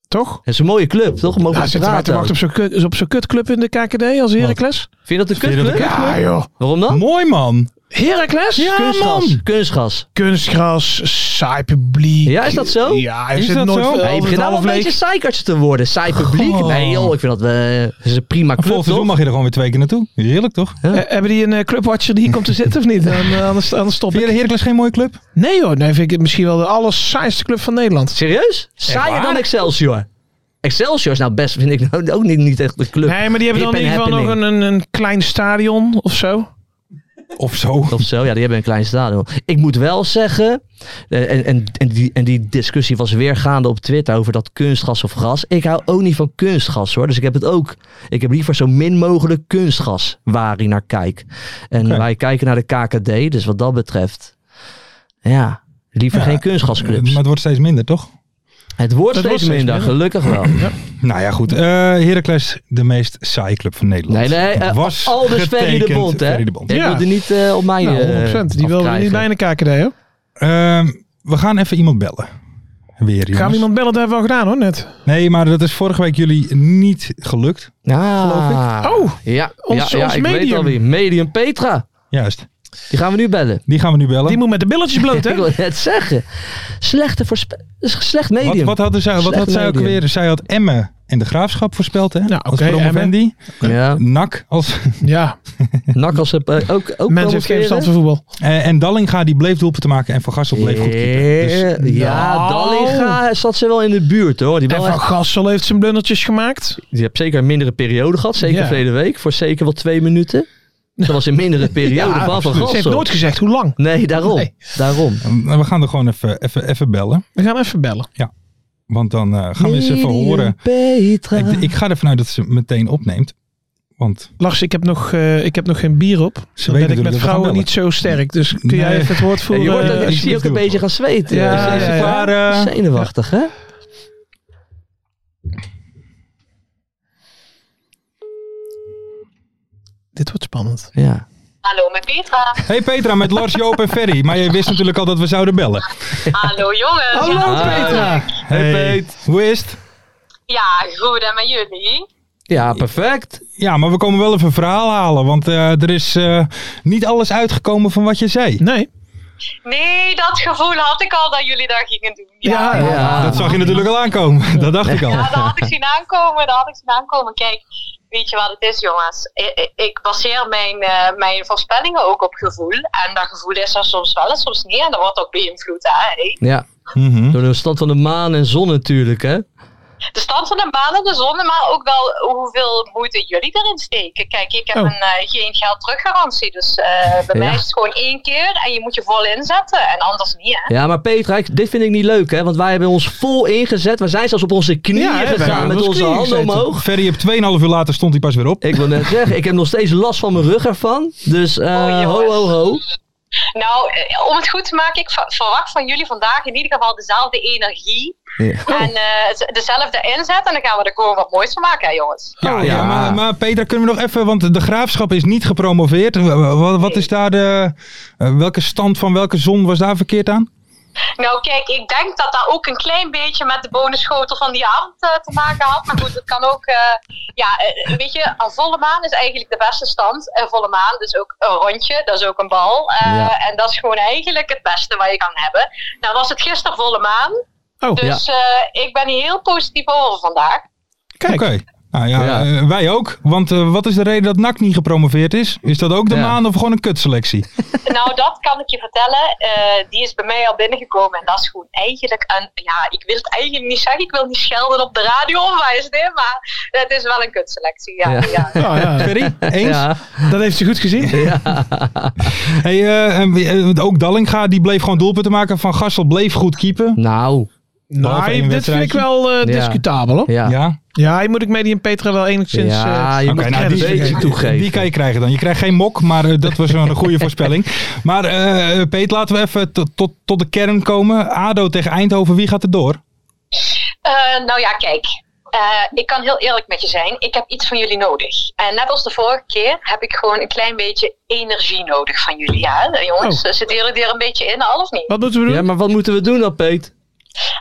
E: Toch?
D: Het is een mooie club, toch? We Mogen
E: Ja,
D: we
E: zitten wij te
D: praten.
E: wachten op zo'n kut- op zo'n kutclub in de KKD als Heracles?
D: Vind je dat een
C: Vind je dat
D: kutclub?
C: een
E: Ja, joh.
D: Waarom dan?
C: Mooi man.
E: Heracles?
D: kunstgas. Kunstgas.
E: Kunstgras, saai publiek.
D: Ja, is dat zo?
E: Ja, hij
C: Is
E: zit
C: dat
E: nooit
C: zo?
E: veel-
D: Hij
E: altijd
D: begint nou
E: half
D: een
E: leeg.
D: beetje zeikerts te worden. Saai publiek.
C: Goh.
D: Nee joh, ik vind dat we... Het is een prima club,
C: Volgend seizoen
D: toch?
C: mag je er gewoon weer twee keer naartoe. Heerlijk toch?
E: Eh, hebben die een eh, clubwatcher die hier komt te zitten of
D: *laughs*
E: niet? Dan, eh, anders, anders stop
C: Vind je de
E: ik.
C: Heracles geen mooie club?
E: Nee hoor, nee, vind ik het misschien wel de allersaaiste club van Nederland.
D: Serieus? Saaier
E: waar?
D: dan Excelsior. Excelsior is nou best, vind ik nou ook niet, niet echt een club.
E: Nee, maar die hebben dan in
D: Hip
E: ieder
D: and
E: geval nog een, een, een klein stadion of zo.
C: Of zo.
D: Of zo, ja, die hebben een klein stadion. Ik moet wel zeggen, eh, en, en, en, die, en die discussie was weer gaande op Twitter over dat kunstgas of gas. Ik hou ook niet van kunstgas hoor, dus ik heb het ook. Ik heb liever zo min mogelijk kunstgas waar ik naar kijk. En
C: Oké.
D: wij kijken naar de KKD, dus wat dat betreft, ja, liever
C: Ja,
D: geen
C: Eh,
D: kunstgasclubs.
C: Maar het wordt steeds minder toch?
D: het wordt
E: het
D: steeds
E: wordt steeds
D: minder,
E: minder.
D: gelukkig wel.
C: Nou ja, goed. Eh Heracles, de meest saaie club van Nederland.
D: Nee, nee, eh,
C: Was
D: al dus Ferry de
C: getekend
D: Bond, hè?
C: Ferry de Bond.
D: Ik
E: Ja.
D: wil die niet eh, op mij
E: Nou, 100%.
D: eh,
E: die wilde
D: afkrijgen.
E: niet bij een KKD, hoor.
C: Ehm, we gaan even iemand bellen. Weer jongens.
E: Gaan we iemand bellen? Dat hebben we al gedaan, hoor, net.
C: Nee, maar dat is vorige week jullie niet gelukt.
D: Ah,
E: Oh,
D: ja,
E: ons-
D: ja, ja
E: ons
D: ik weet
E: medium.
D: alweer. Medium Petra.
C: Juist.
D: Die gaan we nu bellen.
C: Die gaan we nu bellen.
E: die moet met de billetjes bloot,
D: *laughs*
E: hè?
D: Ik wil het net zeggen. Slechte voorspelling. Slecht medium.
C: Wat, wat hadden zij, wat
D: Slecht
C: had zij ook
D: medium.
C: weer? Zij had Emmen en de Graafschap voorspeld, hè?
E: Nou,
C: als
E: oké,
C: promovendi.
D: Ja,
C: Nak als... *laughs*
E: Ja,
D: Nak als heb eh, ook, ook
E: mensen heeft geen verstand van voetbal.
C: Eh, en Dallinga die bleef doelpunten maken en Van Gastel bleef goed keeper. Dus,
D: Eh, ja,
E: nou.
D: Dallinga zat ze wel in de buurt hoor. Die,
E: En
D: wel
E: Van
D: echt,
E: Gassel heeft zijn blundertjes gemaakt.
D: die heeft zeker een mindere periode gehad. Zeker
E: Ja.
D: verleden week. Voor zeker wel twee minuten. Dat was een mindere periode
E: *laughs* Ja,
D: van Van
E: Ze heeft
D: Gassel.
E: nooit gezegd hoe lang.
D: Nee, daarom.
E: Nee.
D: Daarom.
C: eh, we gaan er gewoon even, even, even bellen.
E: We gaan even bellen.
C: Want dan eh, gaan we eens even
D: Medium
C: horen.
D: Petra.
C: Ik, ik ga ervan uit dat ze meteen opneemt. Want
E: Lars, ik heb nog, eh, ik heb nog geen bier op.
C: ze weten
E: Dan ben ik
C: natuurlijk dat
E: met
C: we gaan
E: vrouwen
C: bellen.
E: niet zo sterk. Dus kun
C: Nee.
E: jij even het woord
D: Ja,
E: voeren?
D: je wordt ook,
E: eh,
D: ik zie je ook een beetje gaan zweten.
E: Ja,
D: Ze is
E: ja, ja.
D: klaar,
C: eh,
D: zenuwachtig hè?
E: Dit wordt spannend.
D: Ja.
H: Hallo met Petra.
C: Hey Petra, met Lars, Joop en Ferry. Maar jij wist natuurlijk al dat we zouden bellen.
F: *laughs*
H: Hallo jongens.
F: Oh.
E: Hallo,
H: Ja.
E: Petra.
C: Hey, Peet. Hoe is het?
H: Ja, goed en met jullie?
D: ja, perfect.
C: Ja, maar we komen wel even een verhaal halen. Want eh, er is eh, niet alles uitgekomen van wat je zei.
E: Nee.
H: Nee, dat gevoel had ik al dat jullie daar gingen doen.
E: Ja, ja.
D: Ja.
C: Dat zag je natuurlijk al aankomen. *laughs* Dat dacht ik al.
H: Ja, dat had ik zien aankomen, dat had ik zien aankomen. Kijk, weet je wat het is jongens? I- i- Ik baseer mijn, eh, mijn voorspellingen ook op gevoel. En dat gevoel is er soms wel en soms niet. En dat wordt ook beïnvloed, hè?
D: Ja,
C: Mhm.
D: door de stand van de maan en zon natuurlijk, hè?
G: de stand van de maan en de zon, maar ook wel hoeveel moeite jullie erin steken. Kijk, ik heb
E: Oh.
G: een, eh, geen geld teruggarantie, dus eh, bij
D: Ja.
G: mij is het gewoon één keer en je moet je vol inzetten en anders niet. Hè?
D: Ja, maar Petra, ik- dit vind ik niet leuk, hè? Want wij hebben ons vol ingezet. We zijn zelfs op onze knieën
E: Ja, hè, wij hebben
D: gegaan met
E: op ons
D: onze
E: knieën
D: handen
E: gezeten.
D: omhoog.
C: Ferry, op 2,5 uur later stond hij pas weer op.
D: Ik wil net zeggen, ik heb nog steeds last van mijn rug ervan. Dus eh,
G: Oh, jongens.
D: ho, ho, ho.
G: Nou, eh, om het goed te maken, ik ver- verwacht van jullie vandaag in ieder geval dezelfde energie en eh, z- dezelfde inzet en dan gaan we er gewoon wat moois van maken, hè, jongens.
C: Ja,
D: Oh,
C: ja.
D: ja.
C: maar, maar Petra, kunnen we nog even, want de graafschap is niet gepromoveerd. Wa- wa- Wat is daar de, eh, welke stand van welke zon was daar verkeerd aan?
G: Nou, kijk, ik denk dat dat ook een klein beetje met de bonusschotel van die avond eh, te maken had. Maar goed, het kan ook. eh, ja, eh, weet je, een volle maan is eigenlijk de beste stand. Een volle maan, dus ook een rondje, dat is ook een bal. Eh,
D: Ja.
G: En dat is gewoon eigenlijk het beste wat je kan hebben. Nou, was het gisteren volle maan.
E: Oh,
G: Dus eh, ik ben hier heel positief over vandaag.
E: Kijk.
C: Oké. Nou ja,
D: Ja.
C: eh, wij ook. Want eh, wat is de reden dat NAC niet gepromoveerd is? Is dat ook de
D: Ja.
C: maan of gewoon een kutselectie?
G: Nou, dat kan ik je vertellen. Eh, die is bij mij al binnengekomen. En dat is gewoon eigenlijk een. Ja, ik wil het eigenlijk niet zeggen. Ik wil niet schelden op de radio of wat is dit. Maar het is wel een kutselectie. Ja,
D: Ja.
G: ja.
E: Oh, Ja, ja.
C: Ferry, eens?
D: Ja.
E: Dat heeft ze goed
D: *laughs*
E: gezien.
C: Hey, eh, en wie- eh, ook Dallinga, die bleef gewoon doelpunten maken. Van Gassel bleef goed keeper.
D: Nou,
C: Behalve één
E: Nou, dit vind ik
C: wedstrijdje.
E: wel eh,
D: Ja.
E: discutabel hoor.
D: ja.
C: Ja.
E: Ja, hier moet ik Medi en Petra wel enigszins.
D: Ja,
E: eh,
D: je
C: Oké,
D: moet
C: nou,
D: het
C: die,
D: een beetje toegeven.
C: die kan je krijgen dan. Je krijgt geen mok, maar eh, dat was wel een
D: *laughs*
C: goede voorspelling. Maar eh Peet, laten we even tot, tot, tot de kern komen. ADO tegen Eindhoven, wie gaat er door?
G: Eh, nou ja, kijk. Eh, ik kan heel eerlijk met je zijn. Ik heb iets van jullie nodig. En net als de vorige keer heb ik gewoon een klein beetje energie nodig van jullie. Ja, Eh, jongens,
E: Oh.
G: zitten jullie er een beetje in, al of niet?
E: Wat moeten we doen?
D: Ja, maar wat moeten we doen dan, Peet?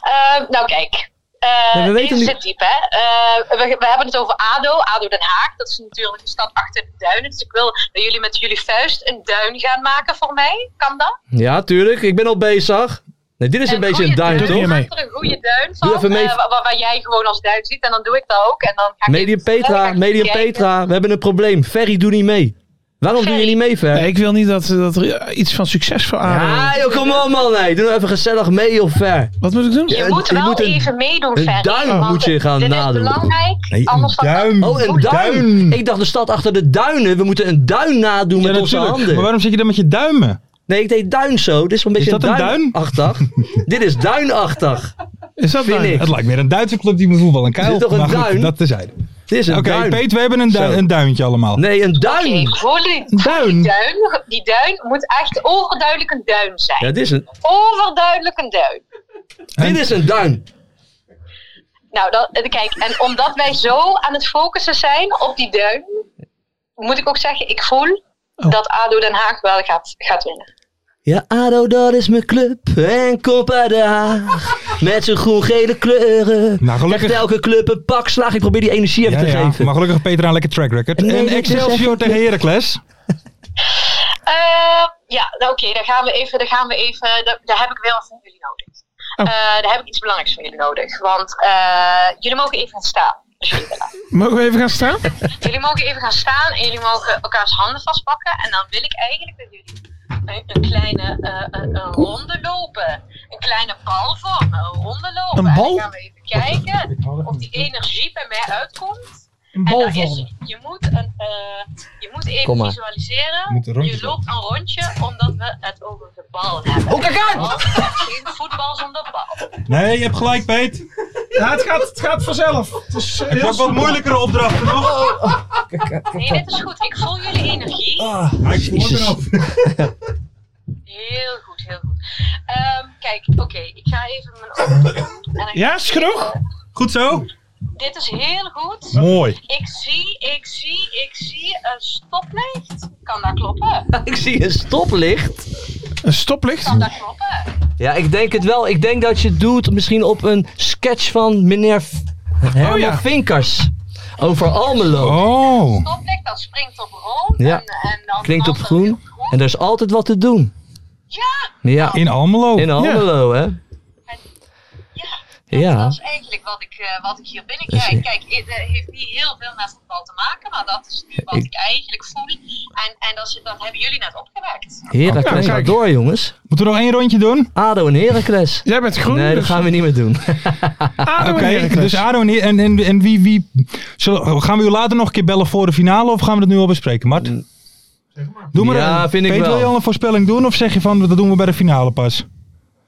G: Eh, nou, kijk. Eh,
D: Nee, we weten
G: deze
D: nu-
G: zit diep, hè. Eh, we, we hebben het over ADO, ADO Den Haag. Dat is natuurlijk de stad achter de duinen. Dus ik wil dat jullie met jullie vuist een duin gaan maken voor mij. Kan dat?
D: Ja, tuurlijk. Ik ben al bezig. Nee, dit is een beetje
G: goede
D: een duim,
E: Doe
G: duin.
E: je
D: toch?
E: mee.
G: Maak er een goede duin van,
D: Doe even mee.
G: eh, wa- wa- waar jij gewoon als duin ziet. En dan doe ik dat ook. En dan ga ik
D: Medium
G: even- dan ga
D: Petra,
G: ik
D: medium
G: kijken.
D: Petra. We hebben een probleem. Ferry, doe niet mee. Waarom doe je niet mee, Ferry?
E: Nee, ik wil niet dat, dat er iets van succes voor aan.
D: Ja, joh, kom op man. Nee. Doe nou even gezellig mee of ver.
E: Wat moet ik doen?
G: Je
D: Ja,
G: moet
D: je
G: wel
D: moet een-
G: even meedoen,
D: een
G: Ferry,
D: duim
G: want
D: moet je gaan
G: dit
D: nadoen.
G: is belangrijk. anders dan-
D: Oh, een duim. Ik dacht de stad achter de duinen. We moeten een duin nadoen
C: Ja,
D: met onze
C: natuurlijk. Maar
D: handen.
C: waarom zit je dan met je duimen?
D: Nee, ik deed duin zo. Dit is wel een beetje
C: Is dat een duin?
D: duinachtig.
C: *laughs*
D: dit is duinachtig.
E: Is dat
D: Vind
E: nou?
D: ik.
C: Het lijkt meer een Duitse club die moet voetballen. Een
D: Is
C: kuil.
D: dit toch een
C: maar goed,
D: duin?
C: dat tezijde.
D: Dit is een
C: Oké,
D: duin.
C: Peet, we hebben een, du-
D: Zo.
C: een duintje allemaal.
D: Nee, een
G: Oké,
D: duin.
G: voor die,
C: Een duin?
G: die duin. Die duin moet echt overduidelijk een duin zijn.
D: Ja, dit is een,
G: Overduidelijk een duin.
D: dit is een duin.
G: Nou, dat, eh, kijk, en omdat wij zo aan het focussen zijn op die duin, moet ik ook zeggen, ik voel
E: Oh.
G: dat ADO Den Haag wel gaat, gaat winnen.
D: Ja, ADO, dat is mijn club. En Copa de Haag. Met zijn groen-gele kleuren.
C: Nou, gelukkig-
D: Echt elke club een pak slaag. Ik probeer die energie even
C: Ja, ja,
D: te geven.
C: Maar gelukkig heeft Petra een lekker track record.
D: Nee,
C: en
D: dit is
C: Excelsior tegen Heracles.
G: Eh, ja, nou, oké, daar gaan we even, daar gaan we even, daar, daar heb ik wel van jullie nodig.
E: Oh.
G: Eh, daar heb ik iets belangrijks van jullie nodig, want eh, jullie mogen even gaan staan. als jullie willen.
E: Mogen we even gaan staan?
G: Jullie mogen even gaan staan en jullie mogen elkaars handen vastpakken. En dan wil ik eigenlijk dat jullie een, een kleine eh, een, een ronde lopen. Een kleine bal vormen, een ronde lopen.
E: Een bal?
G: En dan gaan we even kijken of die energie bij mij uitkomt.
E: Een
G: En
E: bal
G: dan is,
E: vallen.
G: je, moet een, eh, je moet
D: Kom
G: even
D: maar.
G: visualiseren.
C: moet een rondje
G: je loopt een rondje omdat we het over de bal hebben.
D: Oh, kijk uit!
G: Want er is geen voetbal zonder bal.
C: Nee, je hebt gelijk, Peet.
E: Ja, het gaat, het gaat vanzelf. Het is, eh, heel soepel.
C: moeilijkere opdrachten nog.
D: Oh,
G: Nee, dit is goed. Ik voel jullie energie.
D: Ah, Jezus.
G: Heel goed, heel goed. Ehm, kijk, oké, ik ga even mijn ogen doen. En dan-
E: Ja, is genoeg?
C: Goed zo.
G: Dit is heel goed.
C: Mooi.
G: Ik zie, ik zie, ik zie een stoplicht. Kan dat kloppen?
D: Ik zie een stoplicht.
E: Een stoplicht?
G: Kan dat kloppen?
D: Ja, ik denk het wel. Ik denk dat je het doet misschien op een sketch van meneer F- Herman
E: ja.
D: Vinkers. Over Almelo.
C: Oh.
G: Stoplicht, dat springt op rood.
D: Ja.
G: En, en dan
D: Klinkt op
G: brandt
D: groen.
G: dat op
D: En er is altijd wat te doen.
G: Ja,
D: Ja,
C: In Almelo.
D: in Almelo, hè.
H: Dat,
D: Ja. Dus
H: dat is eigenlijk wat ik, eh, wat ik hier binnenkrijg. Kijk, het eh, heeft niet heel veel met voetbal te maken, maar dat is nu wat ik eigenlijk voel. En, en dat, is- dat hebben jullie net opgewekt.
D: Heracles
E: Ja,
D: gaat
E: kijk.
D: door, jongens.
C: Moeten we nog één rondje doen?
D: ADO en Heracles.
E: Jij bent groen.
D: Nee, dat
E: dus
D: gaan we niet meer doen.
E: ADO
C: Oké,
E: en Heracles.
C: dus Ado en, en, en, en wie... wie zullen, gaan we u later nog een keer bellen voor de finale of gaan we dat nu al bespreken, Mart? Doe maar
D: Ja,
C: een-
D: vind ik
C: Peter,
D: Mm, wel.
C: wil je al een voorspelling doen of zeg je van dat doen we bij de finale pas?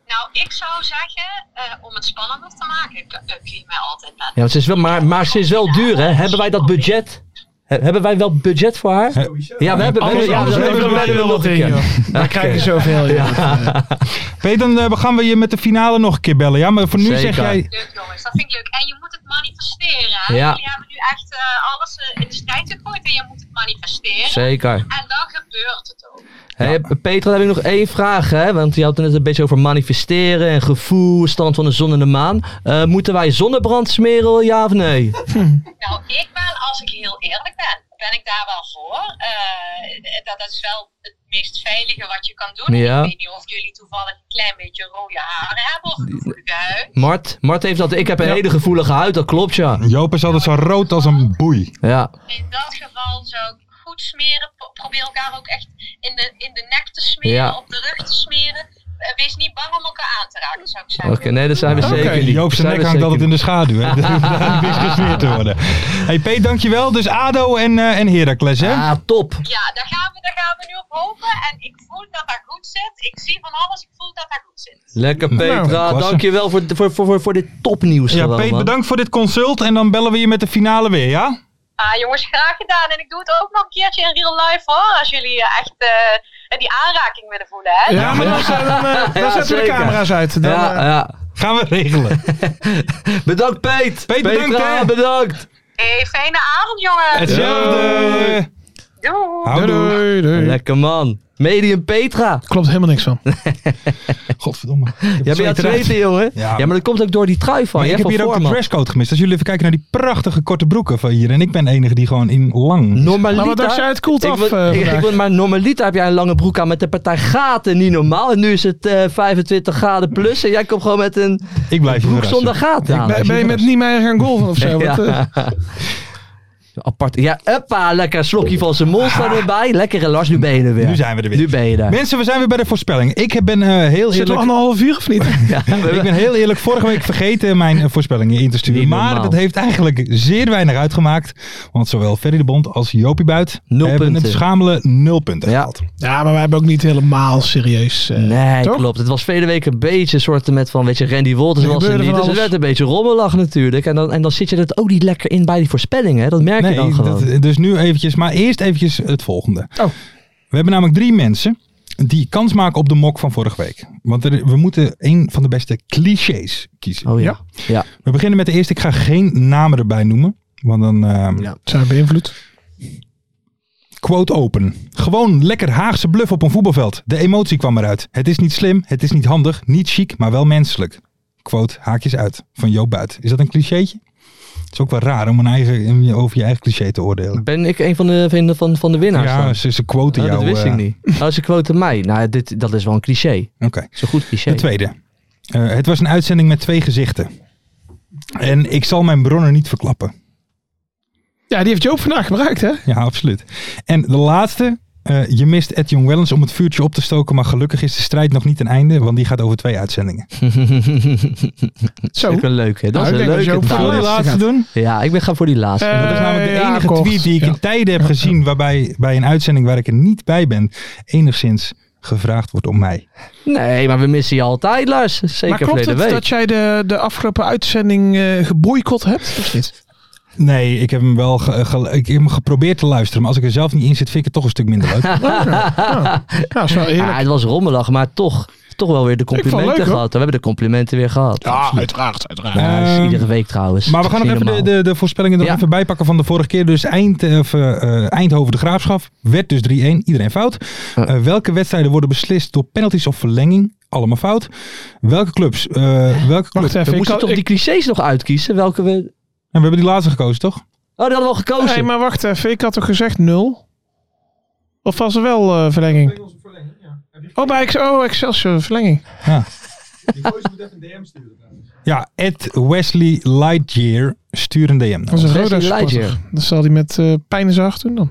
H: Nou, ik zou zeggen, eh, om het spannender te maken, dat dat kun je mij altijd met.
D: Ja, want ze is wel, maar, maar ze is wel duur, hè? Hebben wij dat budget? He- hebben wij wel budget voor haar? Ja, we hebben, we hebben,
E: Anders,
D: ja,
E: anders
D: we
E: leveren
D: hebben-
E: wij er wel wat in,
D: Ja.
E: joh. Dan krijg je zoveel, joh. *laughs*
C: Peter, dan eh, gaan we je met de finale nog een keer bellen, ja? Maar voor nu
D: Zeker.
C: zeg jij...
H: Leuk jongens, dat vind ik leuk. En je moet het manifesteren. Hè?
D: Ja.
H: Jullie hebben nu echt eh, alles eh, in de strijd gegooid en je moet het manifesteren.
D: Zeker.
H: En dan gebeurt het ook.
D: Hey, Peter, dan heb ik nog één vraag, hè? Want je had het net een beetje over manifesteren en gevoel, stand van de zon en de maan. Eh, moeten wij zonnebrand smeren, ja of nee?
H: Nou, ik ben, als ik heel eerlijk ben, ben ik daar wel voor. Eh, dat is wel het meest veilige wat je kan doen. En
D: Ja.
H: Ik weet niet of jullie toevallig een klein beetje rode haren hebben of een gevoelige huid.
D: Mart, Mart heeft dat. Ik heb een hele gevoelige huid, dat klopt ja.
C: Joop is altijd zo rood als een boei.
D: Ja,
H: In dat geval zou ik goed smeren. Pro- probeer elkaar ook echt in de, in de nek te smeren,
D: Ja.
H: op de rug te smeren. Eh, wees niet bang om elkaar aan te raken, zou ik
D: oké,
H: zeggen.
D: nee, dat zijn we
E: Oké,
D: zeker niet.
C: Joop zijn
D: Dat
C: nek
D: zijn
C: hangt
D: we
C: altijd in de
D: zeker
C: schaduw, hè? *laughs* Dat hoeft niks gesmeerd te worden. hey, Peter, dankjewel. Dus Ado en, eh en Heracles, hè?
D: niet. Ah, top.
H: Ja, daar gaan, we, daar gaan we nu op hopen. En ik voel dat dat goed zit. Ik zie van alles, ik voel dat dat goed zit.
D: Lekker
C: Nou,
D: Petra,
C: klasse.
D: dankjewel voor, voor, voor, voor, voor dit topnieuws.
C: ja,
D: gewoon,
C: Peter,
D: man.
C: bedankt voor dit consult. En dan bellen we je met de finale weer, ja?
H: Ah, jongens, graag gedaan. En ik doe het ook nog een keertje in real life hoor. Als jullie eh, echt eh, die aanraking willen voelen. Hè?
E: Ja, maar dan, zijn- dan, eh, dan
D: Ja,
E: zetten we
D: zeker.
E: de camera's uit. Dan, eh,
D: Ja, ja.
C: Gaan we
D: *laughs*
C: regelen.
D: Bedankt Peet.
C: Peet, bedankt,
D: Petra,
C: hè.
D: bedankt.
H: Hey, fijne avond, jongens.
C: Hetzelfde.
H: Doei.
C: Houdoe.
E: doei, doei.
D: Lekker man. Medium Petra.
E: Klopt helemaal niks van.
C: Godverdomme.
D: Ja, ben je aan het
C: eruit.
D: zweten, jongen?
C: Ja.
D: Ja. maar dat komt ook door die trui van
C: Maar
D: je.
C: ik heb
D: van
C: hier ook de
D: Voorman.
C: dresscode gemist. Als jullie even kijken naar die prachtige korte broeken van hier. En ik ben de enige die gewoon in lang... is.
D: Normalita.
E: Maar wat dacht jij? Het koelt
D: ik
E: af,
D: wil, *laughs*
E: eh,
D: ik, ik
E: vandaag.
D: wil, maar normalita heb jij een lange broek aan met de partij gaten niet normaal. En nu is het eh, 25 graden plus en jij komt gewoon met een
C: ik blijf je
D: broek
C: verrassen.
D: zonder gaten aan.
E: Ben, ben je met Niemeyer gaan golven *laughs* of zo? Wat, eh,
D: ja. Apart. Ja, uppa, lekker slokje van zijn
E: Ah.
D: monster erbij. Lekker en Lars, nu ben je er weer.
C: Nu zijn we er weer.
D: Nu ben je er.
C: Mensen, we zijn weer bij de voorspelling. Ik heb- ben eh, heel
E: Zit er
C: eerlijk...
E: anderhalf uur of niet?
D: Ja, we
C: *laughs*
D: hebben-
C: Ik ben heel eerlijk vorige week vergeten mijn eh, voorspellingen in te sturen.
D: Niet
C: Maar
D: normaal.
C: dat heeft eigenlijk zeer weinig uitgemaakt. Want zowel Ferry de Bond als Jopie Buit
D: Nul
C: hebben het
D: punten.
C: schamele nul punten
D: Ja.
C: gehaald.
E: *laughs* Ja, maar wij hebben ook niet helemaal serieus. eh,
D: Nee,
E: toch?
D: klopt. Het was vele weken een beetje een soort met van, weet je, Randy Walters
E: Er
D: was er
E: gebeurde
D: niet.
E: van
D: Dus het
E: alles.
D: werd een beetje rommelig natuurlijk. En dan, en dan zit je dat ook niet lekker in bij die voorspellingen. hè. Dat merk je dan gewoon.
E: eh,
C: dat- dus nu eventjes, maar eerst eventjes het volgende.
E: Oh.
C: We hebben namelijk drie mensen die kans maken op de mok van vorige week. Want er- we moeten een van de beste clichés kiezen.
D: Oh ja. Ja.
C: We beginnen met de eerste. Ik ga geen namen erbij noemen. Want dan eh,
E: Zijn beïnvloed.
C: Quote open. Gewoon lekker Haagse bluff op een voetbalveld. De emotie kwam eruit. Het is niet slim, het is niet handig, niet chic, maar wel menselijk. Quote haakjes uit van Joop Buit. Is dat een clichétje? Het is ook wel raar om een eigen, over je eigen cliché te oordelen.
D: Ben ik een van de, van de, van, van de winnaars
C: Ja,
D: dan?
C: ze, ze quoten
D: Oh,
C: jou.
D: dat wist
C: eh,
D: ik
E: *laughs*
D: niet. Oh, ze quoten mij. Nou, dit, dat is wel een cliché. Dat
C: Oké.
D: is een goed cliché.
C: De tweede. Eh, het was een uitzending met twee gezichten. En ik zal mijn bronnen niet verklappen.
E: Ja, die heeft Joop vandaag gebruikt, hè?
C: Ja, absoluut. En de laatste. eh, je mist Ed Jong Wellens om het vuurtje op te stoken. Maar gelukkig is de strijd nog niet een einde. Want die gaat over twee uitzendingen.
E: Zo.
D: Dat is een leuke. Dat
E: Nou, ik
D: is een
E: denk dat
D: leuke
E: Joop voor
C: Zullen we
D: taal.
C: die laatste doen?
D: Ja, ik ben gaan voor die laatste.
E: Eh,
C: Dat is namelijk de
E: ja,
C: enige
E: akkoord.
C: tweet die ik
E: Ja.
C: in tijden heb *laughs* gezien waarbij bij een uitzending waar ik er niet bij ben, enigszins gevraagd wordt om mij.
D: nee, maar we missen je altijd, Lars. Zeker
E: Maar klopt
D: verleden
E: het
D: week.
E: dat jij de, de afgelopen uitzending eh geboycott hebt? Of *laughs* niet?
C: Nee, ik heb hem wel ge- ge- ik heb hem geprobeerd te luisteren, maar als ik er zelf niet in zit, vind ik het toch een stuk minder *laughs* leuk.
E: Nou, is wel
D: Ah,
E: eerlijk.
D: het was rommelig, maar toch, toch wel weer de
E: vond het
D: complimenten
E: leuk, hoor.
D: gehad. We hebben de complimenten weer gehad.
E: Ja, uiteraard, uiteraard.
D: Ja, dat is
C: Ehm,
D: iedere week trouwens.
C: Maar we gaan
D: Dat
C: nog
D: is
C: even
D: niet
C: de,
D: normaal.
C: de, de voorspellingen er nog
D: Ja.
C: even bij pakken van de vorige keer. Dus Eind, of, eh, eh, Eindhoven de Graafschap werd dus 3-1. Iedereen fout. Eh, welke wedstrijden worden beslist door penalties of verlenging? Allemaal fout. Welke clubs? eh, welke clubs?
E: Wacht
C: En
E: even,
D: We
E: ik
D: moesten
E: kan,
D: toch
E: ik-
D: die clichés nog uitkiezen? Welke we... Oh, die
C: we hebben die laatste gekozen, toch?
D: hadden we al gekozen.
E: Nee, maar wacht even. Ik had toch gezegd nul? Of was er wel eh, verlenging? Oh, bij Ex- oh, Excelsior verlenging.
C: Ja. Ja, at Wesley Lightyear stuur een DM. naar
E: Dat
C: ons.
E: is een
D: Wesley
E: Roda supporter.
D: Lightyear.
E: Dat zal hij met eh pijn in zijn hart doen dan.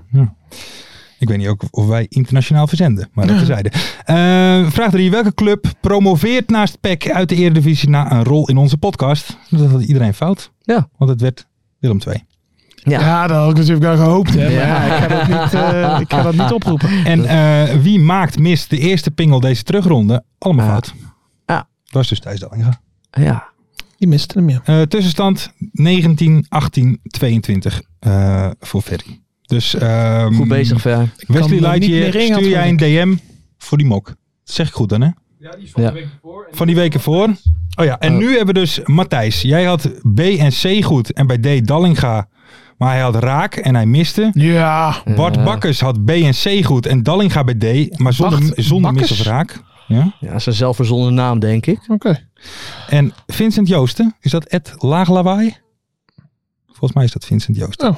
C: Ik weet niet ook of wij internationaal verzenden, maar
D: *laughs*
C: dat terzijde. Eh vraag 3. Welke club promoveert naast PEC uit de Eredivisie na een rol in onze podcast? Dat had iedereen fout.
D: Ja.
C: Want het werd Willem 2.
D: Ja.
E: Ja, dat had ik natuurlijk wel gehoopt. Hè, maar
D: Ja.
E: ja. ik, ga dat niet, eh, ik ga dat niet oproepen.
C: En eh, wie maakt mis de eerste pingel deze terugronde? Allemaal
D: Ja.
C: fout.
D: Ah. Ja.
C: Dat was dus Thijs Dallinga.
D: Ja.
E: Die miste hem, ja.
C: Eh, tussenstand 19, 18, 22 eh, voor Ferry. Dus ehm,
D: Goed bezig, Ver.
E: kan
C: Wesley
E: er niet
C: Lightyear,
E: meer in, had
C: stuur jij een DM voor die mok. Dat zeg ik goed dan, hè?
D: Ja.
C: Van die weken voor. Oh ja, en
D: Oh.
C: nu hebben we dus Matthijs. Jij had B en C goed en bij D Dallinga. Maar hij had raak en hij miste.
E: Ja.
C: Bart
D: Ja.
C: Bakkers had B en C goed en Dallinga bij D. Maar zonder,
E: Wacht,
C: zonder mis of
E: Bakkers?
C: raak. Ja.
D: Ja, zijn zelfverzonnen naam, denk ik.
E: Oké.
C: En Vincent Joosten, is dat Ed Laaglawaai? Volgens mij is dat Vincent Joosten.
E: Oh.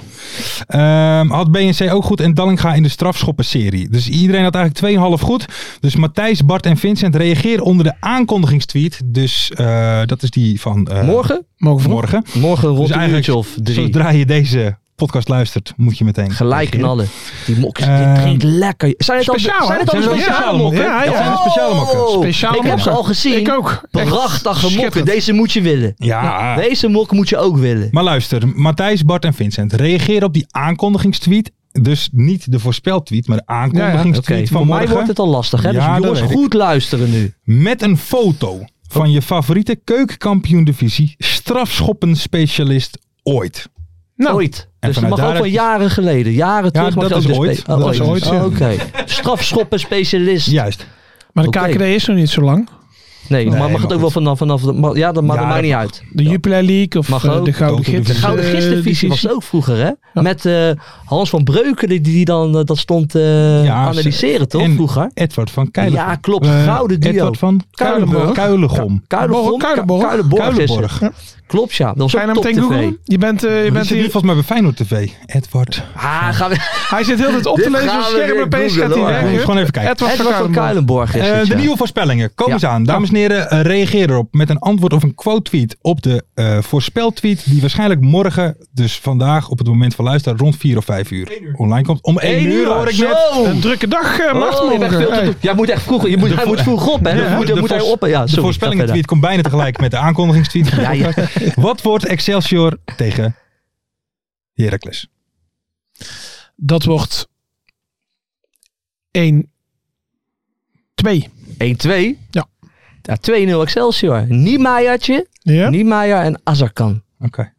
C: Ehm, had BNC ook goed en Dallinga in de strafschoppenserie. Dus iedereen had eigenlijk 2,5 goed. Dus Matthijs, Bart en Vincent reageren onder de aankondigingstweet. Dus eh, dat is die van eh,
D: Morgen?
E: Mogen we vroeg?
C: morgen.
D: Morgen rond een
C: Dus eigenlijk
D: uurtje of drie.
C: Zodra je deze podcast luistert, moet je meteen
D: Gelijk
C: reageren.
D: knallen. Die mokjes,
C: Ehm,
D: die drinkt lekker. Zijn het al
E: speciaal,
D: zijn het al
E: hè?
C: Zijn
D: speciale,
C: het speciale
D: mokken?
C: mokken?
E: Ja,
C: Dat
E: ja.
C: zijn de speciale mokken.
E: Speciale
D: ik heb ze
E: mokken.
D: al gezien.
E: Ik ook. Echt
D: Prachtige mokken.
E: schitterend.
D: Deze moet je willen.
C: Ja,
D: Deze mok moet je ook willen.
C: Maar luister, Matthijs, Bart en Vincent, reageer op die aankondigingstweet. Dus niet de voorspeltweet, maar de aankondigingstweet
D: Oké,
C: van
D: voor mij
C: morgen.
D: wordt het al lastig. Hè?
C: Ja, dat
D: dus jongens,
C: weet ik.
D: goed luisteren nu.
C: Met een foto van je favoriete keukenkampioen divisie strafschoppenspecialist ooit.
E: Nou,
D: ooit.
C: Nou, En
D: Dus dat
C: vanuit
D: mag
C: daar
D: ook
C: heb
D: wel
C: je-
D: jaren geleden. Jaren terug.
C: dat
D: mag je ook
C: is
D: de spe-
C: ooit.
D: Oh,
C: Dat is ooit, ja.
D: Oh, Oké. Strafschoppen specialist.
C: Juist.
E: Maar de
D: Oké.
E: KKD is nog niet zo lang.
D: Nee,
C: Nee,
D: maar mag
C: maar
D: het ook
C: goed.
D: wel vanaf... vanaf de- maar- ja, dat maakt
C: Ja,
D: het mij
C: dat
D: niet uit.
E: De Jupiler League of
D: Mag
E: eh,
D: ook.
E: de
C: Gouden
E: Gouden Gids.
C: Divisie.
D: Gouden
E: eh,
D: Gistervisie was
E: divisie.
D: het ook vroeger, hè? Met eh, Hans van Breukelen die, die dan eh, dat stond eh,
C: Ja,
D: analyseren, toch?
C: en-
D: vroeger.
C: Edward van Keilegom.
D: Ja, klopt.
C: Eh,
D: Gouden duo.
C: Edward van Keilegom.
E: Kuilenborg.
C: Keilegom.
D: Kuilenborg.
E: Kuilenborg.
D: Kuilenborg. is het.
C: Kuilenborg.
D: Klopt, ja. Dat was
E: Ga
D: ook
E: je nou
D: top
E: meteen
D: tv.
E: googlen? Je bent, eh, je
C: Die
E: bent
C: zit nu
E: hier,
C: volgens mij bij Feyenoord TV. Edward.
D: Ah, gaan we...
E: hij zit heel de tijd op
D: Dit
E: te lezen
D: gaan
E: op het
D: we
E: scherm.
D: weer
E: Opeens gaat hij
D: googlen,
E: weg.
D: hoor.
C: Moet je gewoon even kijken.
E: Edward
D: Edward van
E: van Kuilen.
D: Kuilenborg is
C: Eh,
D: het,
C: de
D: ja.
C: nieuwe voorspellingen. Kom
D: Ja.
C: eens aan. Dames en heren, eh, reageer erop met een antwoord of een quote-tweet op de eh, voorspeltweet. Die waarschijnlijk morgen, dus vandaag op het moment van luisteren, rond 4 of 5 uur online komt. Om 1
D: Eén
C: uur hoor ik net.
D: Zo.
E: Een drukke dag, eh,
D: Oh,
E: Mart.
D: je hebt echt veel te
E: morgen.
D: doen. Jij moet echt vroeg, je moet, hij moet vroeg op, hè?
C: Ja,
D: moet,
C: de
D: moet hij
C: voors-
D: op. Ja,
C: de voorspellingentweet komt bijna tegelijk met de aankondigingstweet.
D: *laughs* Ja, ja.
C: Wat wordt Excelsior *laughs* tegen Heracles?
E: Dat wordt 1, 2.
D: 1-2.
E: Ja.
D: Ja, 2-0 Excelsior. Niemeiertje,
E: Ja?
D: Niemeyer en Azarkan.
C: Oké.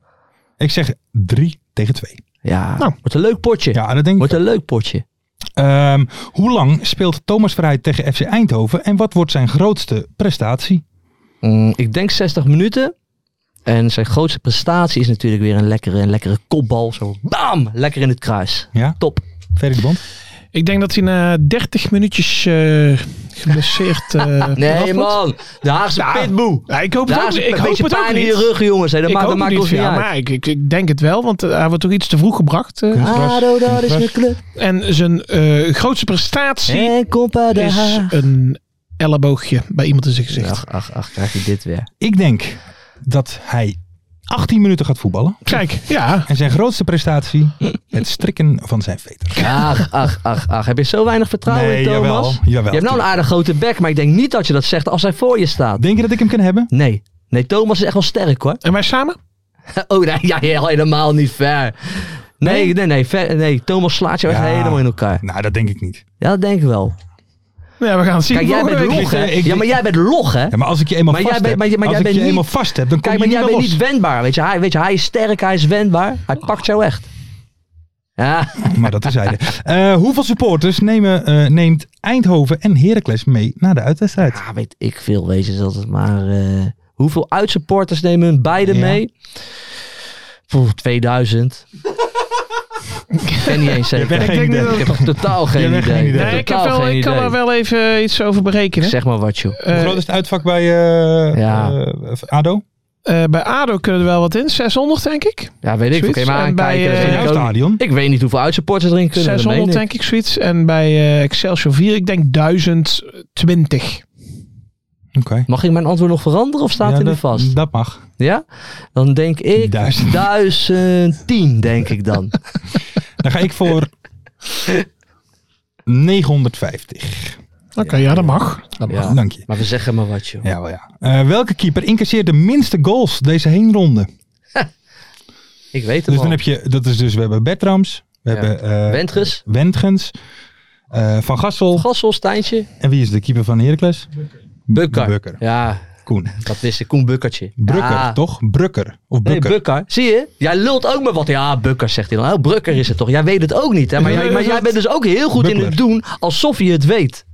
C: Ik zeg 3 tegen 2.
D: Ja,
E: Nou.
D: wordt een leuk potje.
C: Ja, dat denk ik.
D: Wordt een leuk potje.
C: Ehm, hoe lang speelt Thomas Verheid tegen FC Eindhoven en wat wordt zijn grootste prestatie?
D: Mm, ik denk 60 minuten. En zijn grootste prestatie is natuurlijk weer een lekkere, een lekkere kopbal. Zo bam! Lekker in het kruis.
C: Ja,
D: Top.
C: Ferry de Bond?
E: Ik denk dat hij na 30 minuutjes eh, geblesseerd eh,
D: *laughs*
E: eraf
D: Nee
E: moet.
D: man, de Haagse
E: Ja.
D: pitboe.
E: Ja, ik hoop
D: De
E: het ook,
D: Haagse
E: niet. ik
D: een
E: hoop
D: beetje
E: het ook
D: pijn in je
E: niet.
D: rug jongens. hè. Dat
E: ik
D: maakt,
E: hoop
D: dat
E: het
D: maakt
E: niet,
D: ons niet
E: ja,
D: uit.
E: maar ik, ik, ik denk het wel, want eh, hij wordt toch iets te vroeg gebracht. eh.
D: Ah, Ado, daar is mijn club.
E: En zijn eh, grootste prestatie
D: En compa de
E: is
D: Haag.
E: een elleboogje bij iemand in zijn gezicht.
D: Ach, ach, ach, krijg je dit weer.
C: Ik denk dat hij 18 minuten gaat voetballen.
E: Kijk, ja.
C: En zijn grootste prestatie, het strikken van zijn veter.
D: Ach, ach, ach, ach. Heb je zo weinig vertrouwen in Thomas?
C: jawel, jawel.
D: je hebt nou een aardig grote bek, maar ik denk niet dat je dat zegt als hij voor je staat.
C: Denk je dat ik hem kan hebben?
D: Nee. Nee, Thomas is echt wel sterk hoor. *laughs*
E: En wij samen?
D: Oh, nee, ja, ja, helemaal niet ver. Nee, nee, nee, ver, nee. Thomas slaat je echt
C: Ja.
D: helemaal in elkaar.
C: Nou, dat denk ik niet.
D: Ja, dat denk ik wel.
E: Ja, we gaan het zien.
D: Kijk, jij
E: volgende
D: bent
E: week.
D: log, hè?
C: eh, ik-
D: Ja, maar jij bent log, hè?
C: Ja, maar als ik je eenmaal
D: Maar jij
C: vast
D: bent-
C: heb,
D: maar jij- maar
C: als
D: jij
C: ik
D: bent
C: je
D: niet-
C: eenmaal vast heb, dan kom
D: Kijk, maar
C: je
D: jij
C: niet
D: bent
C: meer
D: niet
C: los.
D: wendbaar, weet je. Hij, weet je. hij is sterk, hij is wendbaar. Hij pakt jou echt. Ja,
C: Maar dat is hij. Eh hoeveel supporters nemen, eh, neemt Eindhoven en Heracles mee naar de uitwedstrijd?
D: Ja, weet ik veel, weet je, dat het maar... eh, hoeveel uitsupporters nemen hun beide
C: Ja.
D: mee? Poeh, 2000. ik ken niet eens
C: Je
D: zeker.
C: bent
E: Ik
C: geen
E: denk
C: idee.
E: dat-
D: Ik heb totaal geen
C: hebt
D: idee.
C: geen idee.
E: Nee, ik, heb
D: Totaal
E: wel,
D: geen
E: ik kan
D: idee.
E: er wel even iets over berekenen.
D: Zeg maar wat, joh.
E: Eh,
C: Hoe groot is het uitvak bij eh,
D: Ja.
C: eh, ADO?
E: eh, bij ADO kunnen er wel wat in. 600, denk ik.
D: Ja, weet ik. veel.
E: zoiets.
D: Oké, maar
E: En bij,
D: aankijken, dat
E: eh,
D: weet
C: Jouw
D: ik, ook niet.
C: stadion?
D: ik weet niet hoeveel uitsupporters erin kunnen. dat
E: 600,
D: meen ik.
E: denk ik, zoiets. En bij eh Excelsior 4, ik denk 1020.
C: Oké.
D: Mag ik mijn antwoord nog veranderen of staat
C: Ja,
D: er nu
C: dat-
D: vast?
C: Dat mag.
D: Ja? Dan denk ik
C: Duizend.
D: 1010, denk ik dan.
C: Dan ga ik
D: *laughs*
C: voor 950.
E: Oké, ja, dat mag.
D: Dat
C: mag. Dank je.
D: Maar we zeggen maar wat, joh.
C: Ja, wel ja. Eh, welke keeper incasseert de minste goals deze heenronde?
D: Ik weet het
C: Dus
D: al.
C: dan heb je, dat is dus, we hebben Bertrams, we
D: Ja.
C: hebben eh,
D: Wentges.
C: Wentgens, eh, Van Gassel.
D: Gassel, Stijntje,
C: En wie is de keeper van Heracles?
D: Bukker.
C: Bukker.
D: Ja,
C: Koen.
D: dat wist ik. Koen Bukkertje.
C: Brukker,
D: ja.
C: toch? Brukker. Of
D: Nee,
C: Bukker.
D: Bukker. Zie je? Jij lult ook maar wat. Ja, Bukker zegt hij dan. Oh, Brukker is het toch? Jij weet het ook niet, hè? Maar,
C: Ja,
D: jij,
C: dat-
D: maar jij bent dus ook heel goed in
C: Bukker.
D: het doen alsof je het weet.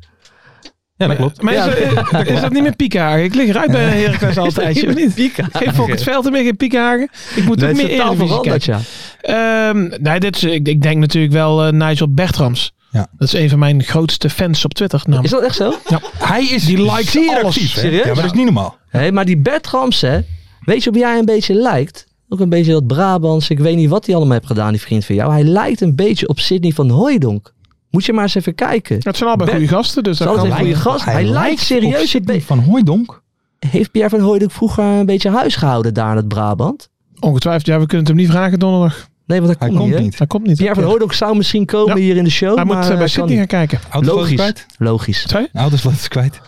C: ja, dat klopt.
E: Maar is, eh, is dat niet meer Piekhagen? Ik lig eruit bij
D: *laughs*
E: Heracles altijd, of niet?
D: Piekhagen?
E: Geen Volk het Veld meer, geen Piekhagen. Ik moet ook
D: is
E: meer
D: totaal
E: Eredivisie
D: veranderd,
E: kijken.
D: ja.
E: Ehm, nee, dit is, ik, ik denk natuurlijk wel eh, Nigel Bertrams.
C: Ja.
E: Dat is een van mijn grootste fans op Twitter. namelijk.
D: Is dat echt zo?
C: Hij is die likes
D: zeer
C: alles.
D: actief,
C: hè?
D: serieus?
C: Ja, maar dat is niet normaal.
D: Hé, maar die Bertrams, hè? Weet je op wie jij een beetje lijkt? Ook een beetje dat Brabants. Ik weet niet wat hij allemaal heeft gedaan, die vriend van jou. Hij lijkt een beetje op Sidney van Hooijdonk. Moet je maar eens even kijken.
E: Dat zijn allemaal
D: Ben-
E: goede gasten, dus dat
D: Zal het
E: kan
D: even goede gast. Hij, lijkt
C: op
D: serieus. een
C: Sidney
D: be-
C: van Hooijdonk.
D: Heeft Pierre van Hooijdonk vroeger een beetje huis gehouden daar in het Brabant?
E: ongetwijfeld. Ja, we kunnen het hem niet vragen donderdag.
D: Nee, want hij,
C: Hij
D: komt niet.
C: komt
D: hè?
C: niet.
E: Hij komt niet.
D: Pierre van Hooijdonk zou misschien komen
E: Ja.
D: hier in de show.
E: Hij moet
D: maar
E: eh, bij
D: hij
E: Sydney
D: kan
E: gaan kijken.
D: niet.
C: Auto's
D: Logisch.
C: kwijt.
D: Logisch. *laughs*
C: Auto's kwijt.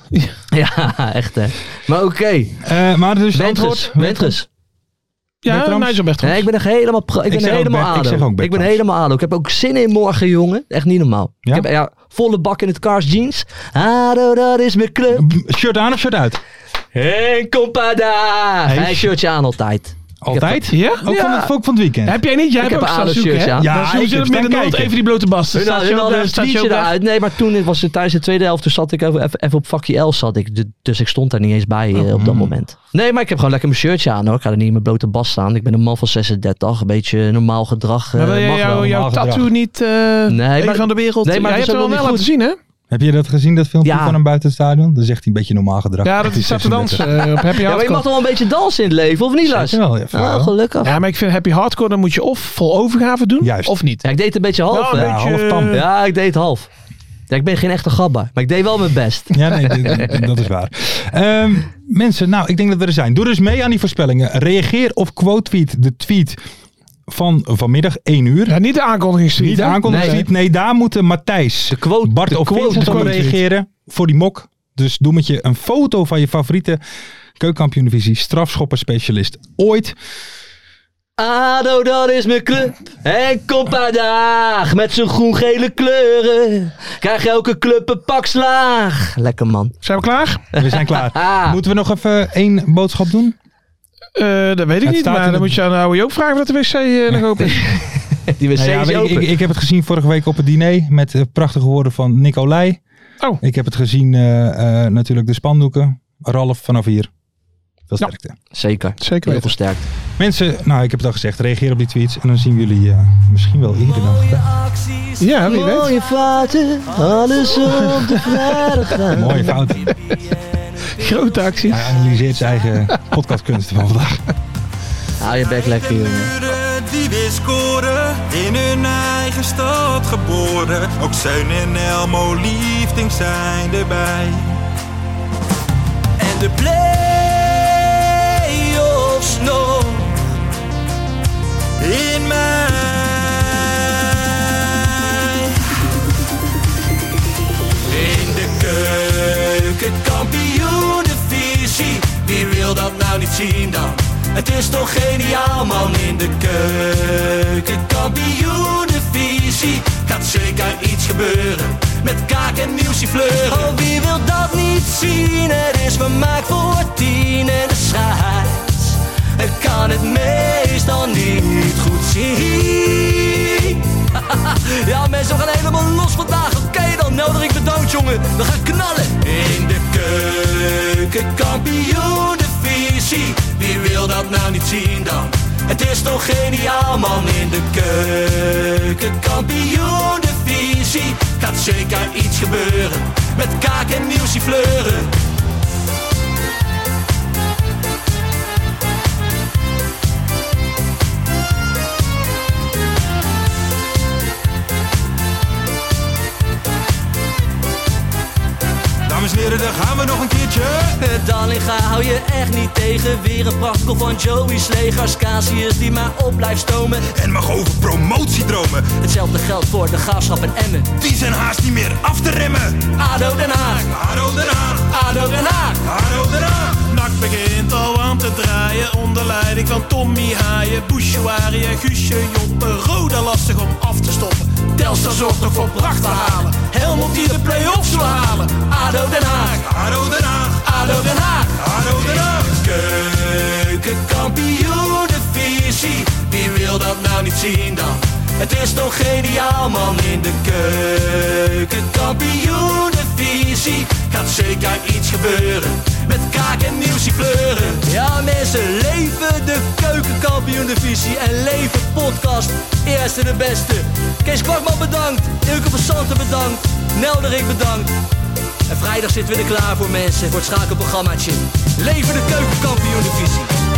D: Ja, echt hè. Maar oké.
C: Eh, maar dus
D: Wentges.
C: antwoord-
D: Wentges.
E: Ja,
C: Bertrams?
E: Nigel Bertrams.
D: Nee, ik ben echt helemaal, pro- ik
C: Ik
D: ben
C: zeg ook
D: helemaal
C: Bert- ik
D: ado.
C: zeg ook Bert
D: ben
C: Kams.
D: helemaal ado. Ik heb ook zin in morgen, jongen. Echt niet normaal.
C: Ja?
D: Ik heb ja, volle bak in het Cars jeans. Ado, dat is mijn club.
C: Shirt aan of shirt uit?
D: Hey, compada.
C: Hey.
D: Hij shirtje aan altijd.
C: Altijd?
E: Ja?
C: Ook van het, ook van het weekend.
E: Heb jij niet? Jij
D: Ik
E: hebt
D: heb
E: ook
D: een ado
E: staan zoeken,
D: shirtje
E: hè?
D: aan.
C: Ja,
E: Dan zoeken
C: ik
E: ze
C: heb
E: in
C: staan
E: Midden-Noord
C: kijken.
E: even die blote basten.
D: Hun
E: Staat je
D: hadden
E: op
D: hadden
E: de-
D: een
E: staat je
D: tweetje
E: op de-
D: eruit. Nee, maar toen was het tijdens de tweede helft. Toen zat ik even, even- even op vakje L zat ik. Du- Dus ik stond daar niet eens bij
E: Oh.
D: eh,
E: Hmm.
D: op dat moment. Nee, maar ik heb gewoon lekker mijn shirtje aan hoor. Ik ga er niet in mijn blote bas staan. Ik ben een man van 36. Een beetje normaal gedrag. eh,
E: Maar wil jij
D: mag wel.
E: jouw, jouw
C: normaal
E: tattoo
C: gedrag.
E: niet eh
D: Nee,
E: een
D: maar-
E: van de wereld?
D: nee, maar
E: jij
D: het
E: hebt
D: is
E: hem wel
D: helemaal
E: laten
D: niet
E: zien, hè?
C: Heb je dat gezien, dat filmpje
D: Ja.
C: van hem buiten het stadion? Dan zegt hij een beetje normaal gedrag.
E: Ja, dat
C: hij
E: is staat te
C: 36.
E: dansen eh, op Happy
D: Ja, maar je mag
E: Hardcore.
D: toch wel een beetje dansen in het leven, of niet, Lars?
C: Zeker wel, ja, voor
D: Ah,
C: wel.
D: gelukkig.
E: Ja, maar ik vind Happy Hardcore, dan moet je of vol overgave doen,
C: Juist.
E: of niet.
D: Ja, ik deed het een beetje half,
E: Nou,
D: hè?
E: een beetje-
C: half tam.
D: Ja, ik deed het half. Ja, ik ben geen echte gabba, maar ik deed wel mijn best.
C: Ja, nee, d- d- dat is waar. Ehm, mensen, nou, ik denk dat we er zijn. Doe dus mee aan die voorspellingen. Reageer op quote-tweet, de tweet van vanmiddag 1 uur.
E: Ja, niet de aankondigingstweet.
C: Niet
E: hè?
C: aankondigd.
D: Nee,
C: Nee, daar moeten Matthijs,
D: De quote-
C: Bart
D: de
C: of
D: quote-
C: Vincent
D: de
C: op
D: quote.
C: reageren voor die mok. Dus doe met je een foto van je favoriete keukenkampioenvisie strafschopperspecialist ooit.
D: Ado, dat is mijn club. En compadaag met zijn groen-gele kleuren. Krijg elke club een pak slaag. Lekker man.
E: Zijn we klaar?
C: We zijn klaar.
D: Ah,
C: Moeten we nog even één boodschap doen?
E: Eh, dat weet ik
C: Het
E: niet,
C: staat
E: maar
C: in
E: dan
C: de-
E: moet je aan de oude Joop vragen of dat de wc eh, nog open is.
D: die wc
C: Nou ja,
D: is
C: weet je,
D: open.
C: ik, ik, ik heb het gezien vorige week op het diner met eh, prachtige woorden van Nicolai.
E: Oh.
C: Ik heb het gezien eh, eh, natuurlijk de spandoeken. Ralf vanaf hier. Veel
E: Ja.
C: sterkte.
D: Zeker.
E: Zeker
D: Heel
E: weten.
D: versterkt.
C: Mensen, nou ik heb het al gezegd, reageer op die tweets. En dan zien we jullie eh, misschien wel eerder dan vandaag.
E: Ja, wie weet.
D: Mooie vaten, alles op *laughs* de vrijdag.
C: Mooie fout.
E: Grote acties.
C: Hij analyseert zijn eigen podcastkunsten van vandaag.
D: Hou je bek lekker, jongen.
B: Die weer scoren, in hun eigen stad geboren. Ook Zijn en Elmo liefdings zijn erbij. En de play-offs nog in mij. In de keuken, kampioen visie. Wie wil dat nou niet zien dan? Het is toch geniaal man in de keuken, kampioen visie. Gaat zeker iets gebeuren met kaak en nieuwsie fleuren. Oh, wie wil dat niet zien? Het is vermaakt voor tien en de scheids. Ik kan het meestal niet goed zien. *laughs* Ja, mensen, we gaan helemaal los vandaag. Oké, dan nodig ik de dood, jongen. We gaan knallen. In de keuken, kampioen, de visie. Wie wil dat nou niet zien dan? Het is toch geniaal, man. In de keuken, kampioen, de visie. Gaat zeker iets gebeuren. Met kaak en nieuwsie fleuren. Dan
C: Dames en heren, daar gaan we nog een keertje.
D: Eh, Dallinga hou je echt niet tegen. Weer een prachtkel van Joey's legers. Casius die maar op blijft stomen.
C: En mag over promotiedromen.
D: Hetzelfde geldt voor de graafschap en Emmen.
C: Die zijn haast niet meer af te remmen.
D: ADO Den Haag.
C: ADO Den Haag.
D: ADO Den Haag.
C: ADO Den Haag.
I: Nak begint al aan te draaien onder leiding van Tommy Haaien, Bouchouari en Guusje Joppen. Roda lastig om af te stoppen. Telstar zorgt nog voor pracht te halen. Helmond die de play-offs wil halen.
D: ADO Den Haag.
C: ADO Den Haag.
D: ADO Den Haag.
C: ADO Den Haag.
D: Keukenkampioenenvisie. Wie wil dat nou niet zien dan? Het is toch geniaal man in de keukenkampioenenvisie. Gaat zeker iets gebeuren. Met kaak en nieuwsie kleuren. Ja mensen, leven de keukenkampioenenvisie. En leven podcast. Eerste de beste. Kees Kwakman bedankt. Ilke van Santen bedankt. Nelderik bedankt. En vrijdag zitten we er klaar voor mensen, voor het schakelprogrammaatje. Leven de keukenkampioen divisie.